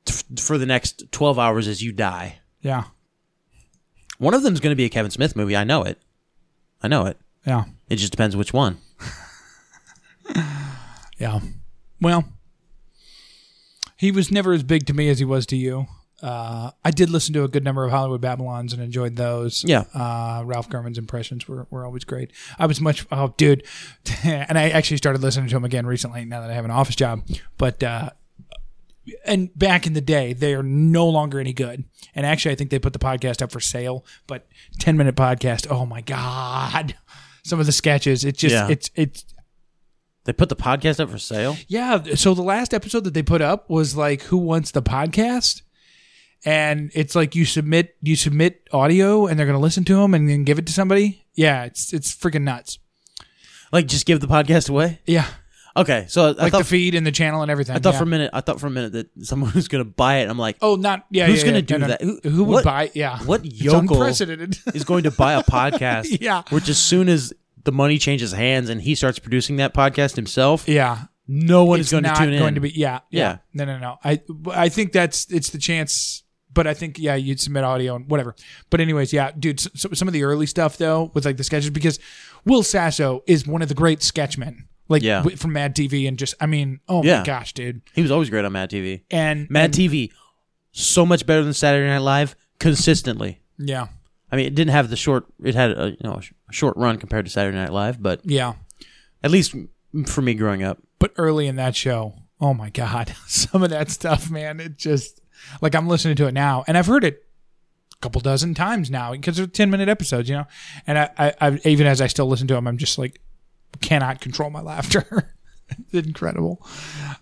[SPEAKER 1] f- for the next 12 hours as you die.
[SPEAKER 2] Yeah.
[SPEAKER 1] One of them's going to be a Kevin Smith movie. I know it. I know it.
[SPEAKER 2] Yeah.
[SPEAKER 1] It just depends which one.
[SPEAKER 2] Yeah. Well, he was never as big to me as he was to you. Uh, I did listen to a good number of Hollywood Babylons and enjoyed those.
[SPEAKER 1] Yeah.
[SPEAKER 2] Uh, Ralph Garman's impressions were, were always great. I was much, oh, dude. and I actually started listening to him again recently now that I have an office job. But, uh, and back in the day, they are no longer any good. And actually, I think they put the podcast up for sale. But ten minute podcast, oh my god, some of the sketches, it just
[SPEAKER 1] Yeah.
[SPEAKER 2] it's it's
[SPEAKER 1] They put the podcast up for sale.
[SPEAKER 2] yeah. So the last episode that they put up was like, "Who wants the podcast?" And it's like you submit you submit audio, and they're going to listen to them and then give it to somebody. Yeah, it's it's freaking nuts.
[SPEAKER 1] Like, just give the podcast away.
[SPEAKER 2] Yeah,
[SPEAKER 1] Okay, so I, I
[SPEAKER 2] like
[SPEAKER 1] thought
[SPEAKER 2] the feed and the channel and everything.
[SPEAKER 1] I thought
[SPEAKER 2] yeah.
[SPEAKER 1] for a minute. I thought for a minute that someone was going to buy it. I'm like,
[SPEAKER 2] oh, not yeah.
[SPEAKER 1] Who's
[SPEAKER 2] yeah,
[SPEAKER 1] gonna
[SPEAKER 2] yeah,
[SPEAKER 1] do
[SPEAKER 2] no, no.
[SPEAKER 1] that? Who-
[SPEAKER 2] Who, would
[SPEAKER 1] what-
[SPEAKER 2] buy? Yeah,
[SPEAKER 1] what
[SPEAKER 2] It's
[SPEAKER 1] yokel-
[SPEAKER 2] unprecedented.
[SPEAKER 1] is "Oh, going to buy a podcast.
[SPEAKER 2] Yeah.
[SPEAKER 1] Which as soon as the money changes hands and he starts producing that podcast himself,
[SPEAKER 2] yeah,
[SPEAKER 1] no one
[SPEAKER 2] it's
[SPEAKER 1] is going
[SPEAKER 2] not
[SPEAKER 1] to tune in.
[SPEAKER 2] going to be. Yeah,
[SPEAKER 1] Yeah.
[SPEAKER 2] yeah, No, no, no. I I think that's it's the chance. But I think yeah, you'd submit audio and whatever. But anyways, yeah, dude. s- So, some of the early stuff though with like the sketches because Will Sasso is one of the great sketchmen. Like
[SPEAKER 1] Yeah.
[SPEAKER 2] wi- from Mad TV and just I mean, oh
[SPEAKER 1] Yeah.
[SPEAKER 2] my gosh, dude.
[SPEAKER 1] He was always great on Mad TV.
[SPEAKER 2] And
[SPEAKER 1] Mad TV, so much better than Saturday Night Live consistently.
[SPEAKER 2] yeah,
[SPEAKER 1] I mean, it didn't have the short. It had a you know a sh- short run compared to Saturday Night Live, but
[SPEAKER 2] yeah.
[SPEAKER 1] at least m- for me growing up,
[SPEAKER 2] But early in that show, oh my god, some of that stuff, man. It just like I'm listening to it now, and I've heard it a couple dozen times now because they're 10 minute episodes, you know. And I, I, I even as I still listen to them, I'm just like cannot control my laughter. it's incredible.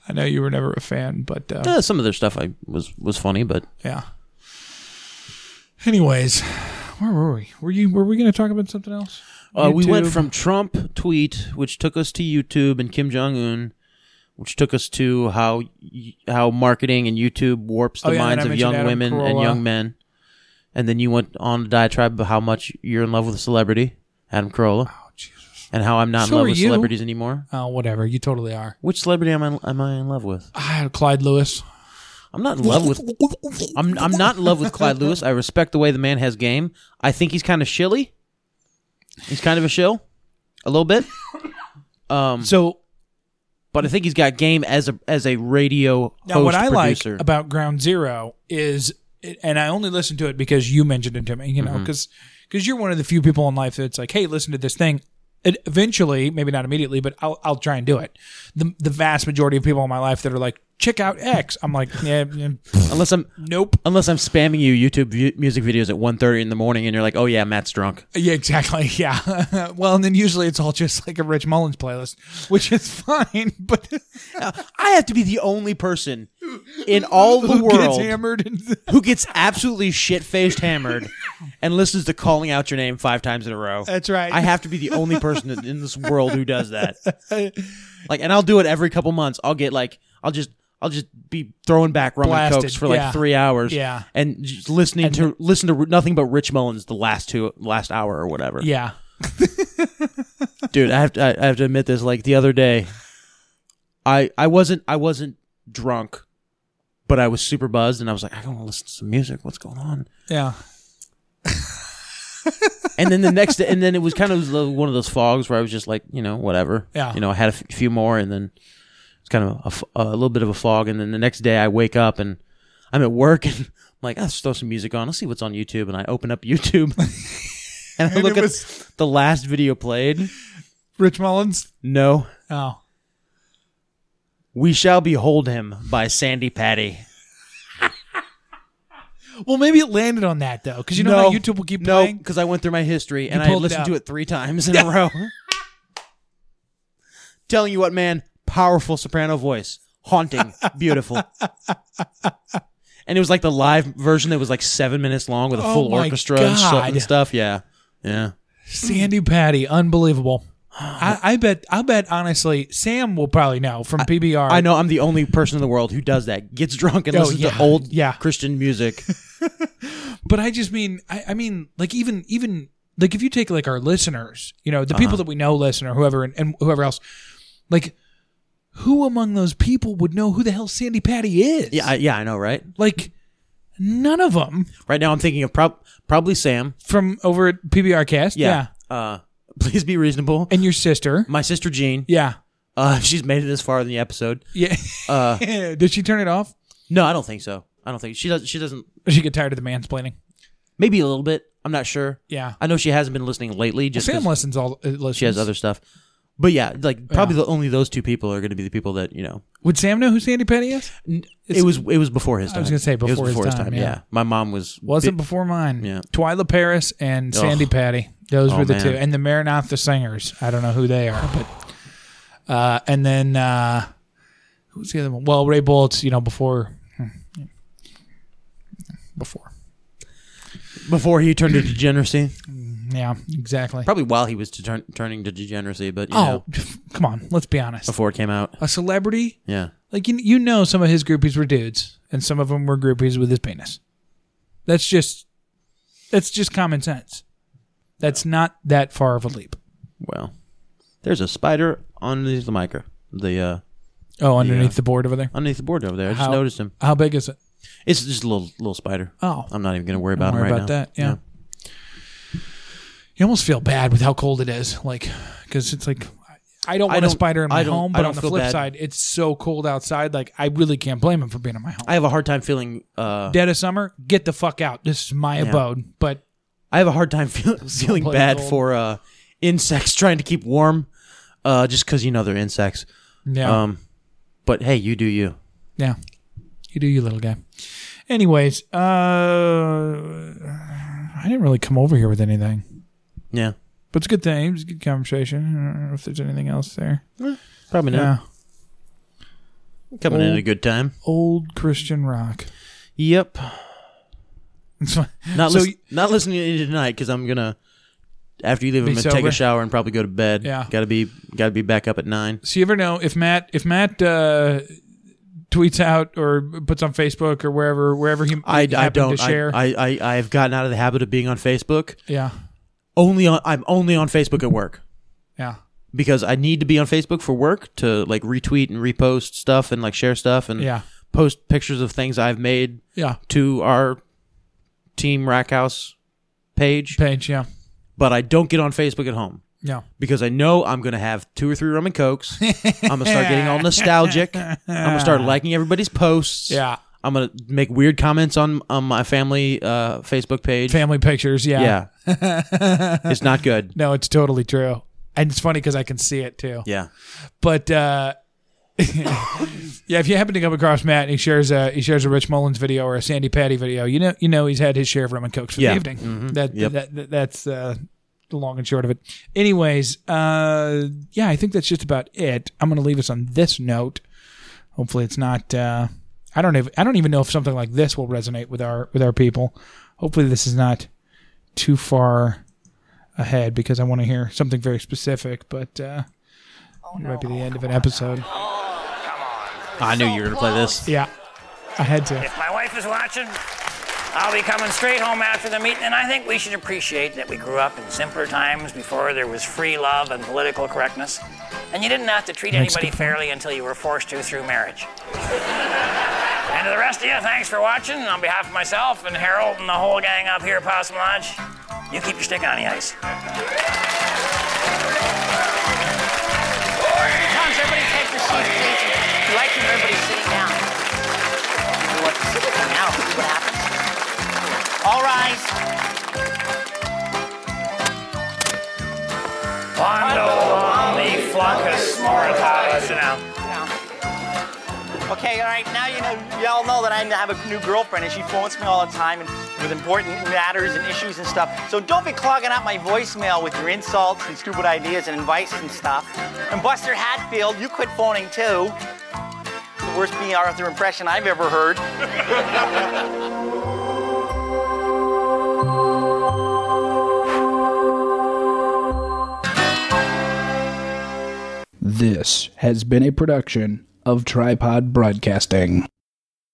[SPEAKER 2] I know you were never a fan, but uh,
[SPEAKER 1] eh, some of their stuff I was was funny. But
[SPEAKER 2] yeah. Anyways, where were we? Were you were we going to talk about something else?
[SPEAKER 1] Uh, we went
[SPEAKER 4] YouTube.
[SPEAKER 1] from Trump tweet, which took us to YouTube and Kim Jong Un, which took us to how y- how marketing and YouTube warps the
[SPEAKER 4] Oh, yeah, and I
[SPEAKER 1] minds of
[SPEAKER 4] mentioned
[SPEAKER 1] young
[SPEAKER 4] Adam
[SPEAKER 1] women and
[SPEAKER 4] Carolla.
[SPEAKER 1] young men. And then you went on a diatribe about how much you're in love with a celebrity, Adam Carolla.
[SPEAKER 4] Oh,
[SPEAKER 1] And how I'm not
[SPEAKER 2] So
[SPEAKER 1] in love
[SPEAKER 2] are
[SPEAKER 1] with
[SPEAKER 2] you.
[SPEAKER 1] celebrities anymore.
[SPEAKER 2] Oh, whatever. You totally are.
[SPEAKER 1] Which celebrity am I, am I in love with?
[SPEAKER 2] I had Clyde Lewis.
[SPEAKER 1] I'm not in love with. I'm I'm not in love with Clyde Lewis. I respect the way the man has game. I think he's kind of shilly. He's kind of a shill, a little bit. Um,
[SPEAKER 2] So
[SPEAKER 1] but I think he's got game as a as a radio
[SPEAKER 2] now, what I
[SPEAKER 1] host, producer.
[SPEAKER 2] like about Ground Zero is, and I only listened to it because you mentioned it to me. You know,
[SPEAKER 1] Mm-hmm.
[SPEAKER 2] because you're one of the few people in life that's like, hey, listen to this thing. And eventually, maybe not immediately, but I'll I'll try and do it. The the vast majority of people in my life that are like, check out X. I'm like, yeah, yeah,
[SPEAKER 1] unless I'm
[SPEAKER 2] nope.
[SPEAKER 1] unless I'm spamming you YouTube vi- music videos at 1.30 in the morning, and you're like, oh yeah, Matt's drunk.
[SPEAKER 2] Yeah, exactly. Yeah. well, and then usually it's all just like a Rich Mullins playlist, which is fine, but
[SPEAKER 1] I have to be the only person in all the
[SPEAKER 2] gets
[SPEAKER 1] world
[SPEAKER 2] hammered. And,
[SPEAKER 1] who gets absolutely shit faced hammered and listens to calling out your name five times in a row.
[SPEAKER 2] That's right.
[SPEAKER 1] I have to be the only person in- in this world who does that. Like, and I'll do it every couple months. I'll get like, I'll just. I'll just be throwing back rum
[SPEAKER 2] Blasted,
[SPEAKER 1] and cokes for like
[SPEAKER 2] yeah.
[SPEAKER 1] three hours,
[SPEAKER 2] Yeah.
[SPEAKER 1] and just listening to listen to nothing but Rich Mullins the last two last hour or whatever.
[SPEAKER 2] yeah.
[SPEAKER 1] dude, I have to I, I have to admit this. Like the other day, I I wasn't I wasn't drunk, but I was super buzzed, and I was like, I want to listen to some music. What's going on?
[SPEAKER 2] Yeah.
[SPEAKER 1] and then the next day, and then it was kind of the- one of those fogs where I was just like, you know, whatever.
[SPEAKER 2] Yeah.
[SPEAKER 1] You know, I had a f- few more, and then it's kind of a, f- a little bit of a fog. And then the next day, I wake up and I'm at work, and I'm like, I'll just throw some music on. Let's see what's on YouTube. And I open up YouTube, and I look at the last video played.
[SPEAKER 2] Rich Mullins?
[SPEAKER 1] No,
[SPEAKER 2] Oh.
[SPEAKER 1] we shall behold him by Sandy Patty.
[SPEAKER 2] Well, maybe it landed on that, though, because you know how YouTube will keep
[SPEAKER 1] no,
[SPEAKER 2] playing?
[SPEAKER 1] because I went through my history and I
[SPEAKER 2] pulled it
[SPEAKER 1] listened to
[SPEAKER 2] out.
[SPEAKER 1] it three times in a row. Telling you what, man, powerful soprano voice, haunting, beautiful. and it was like the live version that was like seven minutes long with a
[SPEAKER 2] Oh
[SPEAKER 1] full
[SPEAKER 2] my
[SPEAKER 1] orchestra and stuff, and
[SPEAKER 2] God.
[SPEAKER 1] stuff. Yeah, yeah.
[SPEAKER 2] Sandy Patty, unbelievable. I, I bet, I bet, honestly, Sam will probably know from PBR.
[SPEAKER 1] I know I'm the only person in the world who does that. Gets drunk and
[SPEAKER 2] Oh,
[SPEAKER 1] listens
[SPEAKER 2] yeah,
[SPEAKER 1] to old
[SPEAKER 2] yeah.
[SPEAKER 1] Christian music.
[SPEAKER 2] but I just mean, I, I mean, like even even like if you take like our listeners, you
[SPEAKER 1] Uh-huh.
[SPEAKER 2] know, the people that we know, listen or whoever and, and whoever else, like who among those people would know who the hell Sandy Patty is?
[SPEAKER 1] yeah, I, yeah, I know, right?
[SPEAKER 2] like none of them
[SPEAKER 1] Right now, I'm thinking of prob- probably Sam.
[SPEAKER 2] from over at PBR Cast.
[SPEAKER 1] Yeah. Uh, please be reasonable.
[SPEAKER 2] and your sister.
[SPEAKER 1] My sister Jean.
[SPEAKER 2] Yeah,
[SPEAKER 1] Uh, she's made it this far in the episode.
[SPEAKER 2] yeah.
[SPEAKER 1] Uh,
[SPEAKER 2] Did she turn it off?
[SPEAKER 1] no, I don't think so. I don't think she does. She doesn't.
[SPEAKER 2] Or she get tired of the mansplaining?
[SPEAKER 1] Maybe a little bit. I'm not sure.
[SPEAKER 2] Yeah.
[SPEAKER 1] I know she hasn't been listening lately. Just
[SPEAKER 2] Sam
[SPEAKER 1] 'cause
[SPEAKER 2] listens all. Uh, listens.
[SPEAKER 1] she has other stuff. But yeah, like probably the, only those two people are going to be the people that you know.
[SPEAKER 2] Would Sam know who Sandy Patty is?
[SPEAKER 1] it was it was before his time.
[SPEAKER 2] was gonna say
[SPEAKER 1] it was
[SPEAKER 2] before his
[SPEAKER 1] before his
[SPEAKER 2] time,
[SPEAKER 1] time.
[SPEAKER 2] yeah.
[SPEAKER 1] yeah. my mom was
[SPEAKER 2] Wasn't
[SPEAKER 1] bi-
[SPEAKER 2] before mine.
[SPEAKER 1] Yeah.
[SPEAKER 2] Twyla Paris and Sandy
[SPEAKER 1] Ugh.
[SPEAKER 2] Patty. Those
[SPEAKER 1] Oh,
[SPEAKER 2] were the
[SPEAKER 1] man.
[SPEAKER 2] two. And the Maranatha Singers. I don't know who they are, but uh and then uh who's the other one? Well, Ray Bolts, you know, before hmm. before.
[SPEAKER 1] before he turned to degeneracy.
[SPEAKER 2] Yeah, exactly.
[SPEAKER 1] Probably while he was to turn, turning to degeneracy, but you
[SPEAKER 2] Oh,
[SPEAKER 1] know,
[SPEAKER 2] come on. Let's be honest.
[SPEAKER 1] before it came out.
[SPEAKER 2] A celebrity,
[SPEAKER 1] Yeah,
[SPEAKER 2] like you, you know some of his groupies were dudes and some of them were groupies with his penis. That's just that's just common sense. That's not that far of a leap.
[SPEAKER 1] well, there's a spider underneath the micro, the uh,
[SPEAKER 2] Oh, underneath the board over there.
[SPEAKER 1] underneath the board over there. I just
[SPEAKER 2] How-
[SPEAKER 1] noticed him.
[SPEAKER 2] How big is it?
[SPEAKER 1] It's just a little little spider.
[SPEAKER 2] Oh.
[SPEAKER 1] I'm not even gonna worry about
[SPEAKER 2] Don't
[SPEAKER 1] him
[SPEAKER 2] worry
[SPEAKER 1] right
[SPEAKER 2] about
[SPEAKER 1] now.
[SPEAKER 2] that. Yeah. You almost feel bad with how cold it is, like because it's like I don't
[SPEAKER 1] I
[SPEAKER 2] want a
[SPEAKER 1] don't-
[SPEAKER 2] spider in
[SPEAKER 1] I
[SPEAKER 2] my
[SPEAKER 1] don't-
[SPEAKER 2] home,
[SPEAKER 1] I
[SPEAKER 2] but
[SPEAKER 1] don't
[SPEAKER 2] on the
[SPEAKER 1] feel
[SPEAKER 2] flip
[SPEAKER 1] bad.
[SPEAKER 2] side, it's so cold outside. Like I really can't blame him for being in my home.
[SPEAKER 1] I have a hard time feeling. Uh,
[SPEAKER 2] Dead of summer, get the fuck out. This is my abode. But
[SPEAKER 1] I have a hard time feel, feeling
[SPEAKER 2] bloody
[SPEAKER 1] bad
[SPEAKER 2] cold.
[SPEAKER 1] for uh, insects trying to keep warm, uh, just because you know they're insects.
[SPEAKER 2] yeah,
[SPEAKER 1] Um, but hey, you do you.
[SPEAKER 2] yeah, you do you, little guy. Anyways, uh, I didn't really come over here with anything.
[SPEAKER 1] Yeah,
[SPEAKER 2] But it's a good thing. It's a good conversation. I don't know if there's anything else there.
[SPEAKER 1] probably not.
[SPEAKER 2] Yeah.
[SPEAKER 1] Coming in at a
[SPEAKER 2] Old-
[SPEAKER 1] good time.
[SPEAKER 2] Old Christian rock.
[SPEAKER 1] Yep.
[SPEAKER 2] It's fine.
[SPEAKER 1] Not
[SPEAKER 2] So
[SPEAKER 1] lis-
[SPEAKER 2] y-
[SPEAKER 1] not listening to you tonight because I'm gonna after you leave
[SPEAKER 2] Be
[SPEAKER 1] them and take
[SPEAKER 2] sober.
[SPEAKER 1] a shower and probably go to bed.
[SPEAKER 2] Yeah.
[SPEAKER 1] gotta be gotta be back up at nine.
[SPEAKER 2] So you ever know if Matt if Matt uh, tweets out or puts on Facebook or wherever wherever he
[SPEAKER 1] I,
[SPEAKER 2] happened
[SPEAKER 1] I don't
[SPEAKER 2] to share.
[SPEAKER 1] I, I I I've gotten out of the habit of being on Facebook.
[SPEAKER 2] yeah,
[SPEAKER 1] Only on I'm only on Facebook at work
[SPEAKER 2] yeah,
[SPEAKER 1] because I need to be on Facebook for work to like retweet and repost stuff and like share stuff and
[SPEAKER 2] Yeah.
[SPEAKER 1] post pictures of things I've made
[SPEAKER 2] yeah.
[SPEAKER 1] to our team Rackhouse page.
[SPEAKER 2] Page, yeah,
[SPEAKER 1] But I don't get on Facebook at home.
[SPEAKER 2] yeah.
[SPEAKER 1] because I know I'm going to have two or three rum and cokes. I'm going to start getting all nostalgic. I'm going to start liking everybody's posts.
[SPEAKER 2] Yeah.
[SPEAKER 1] I'm going to make weird comments on on my family uh, Facebook page.
[SPEAKER 2] Family pictures, yeah.
[SPEAKER 1] yeah. it's not good.
[SPEAKER 2] No, it's totally true, and it's funny because I can see it too.
[SPEAKER 1] Yeah.
[SPEAKER 2] But uh, yeah, if you happen to come across Matt and he shares a he shares a Rich Mullins video or a Sandy Patty video, you know you know he's had his share of rum and cokes for
[SPEAKER 1] Yeah. Mm-hmm.
[SPEAKER 2] the evening. That,
[SPEAKER 1] Yep.
[SPEAKER 2] that, that that's uh, the long and short of it. Anyways, uh, yeah, I think that's just about it. I'm gonna leave us on this note. Hopefully, it's not. Uh, I don't even I don't even know if something like this will resonate with our with our people. Hopefully, this is not too far ahead because I want to hear something very specific. But uh, it might be the end of an episode.
[SPEAKER 1] I knew you were going to play this.
[SPEAKER 2] Yeah, I had to.
[SPEAKER 5] If my wife is watching, I'll be coming straight home after the meeting, and I think we should appreciate that we grew up in simpler times before there was free love and political correctness, and you didn't have to treat
[SPEAKER 2] That's
[SPEAKER 5] anybody
[SPEAKER 2] good.
[SPEAKER 5] fairly until you were forced to through marriage. and to the rest of you, thanks for watching. On behalf of myself and Harold and the whole gang up here at Possum Lodge, you keep your stick on the ice.
[SPEAKER 6] Hans, everybody take your seat, please. I'd like to everybody sit down. Look, now see what happens. All rise.
[SPEAKER 5] Bondo, Omni, Flunkus, Smoratatis, and out.
[SPEAKER 6] Okay, all right. Now you know, y'all know that I have a new girlfriend, and she phones me all the time and with important matters and issues and stuff. So don't be clogging up my voicemail with your insults and stupid ideas and advice and stuff. And Buster Hatfield, you quit phoning too. The worst B. Arthur impression I've ever heard.
[SPEAKER 7] This has been a production of Tripod Broadcasting.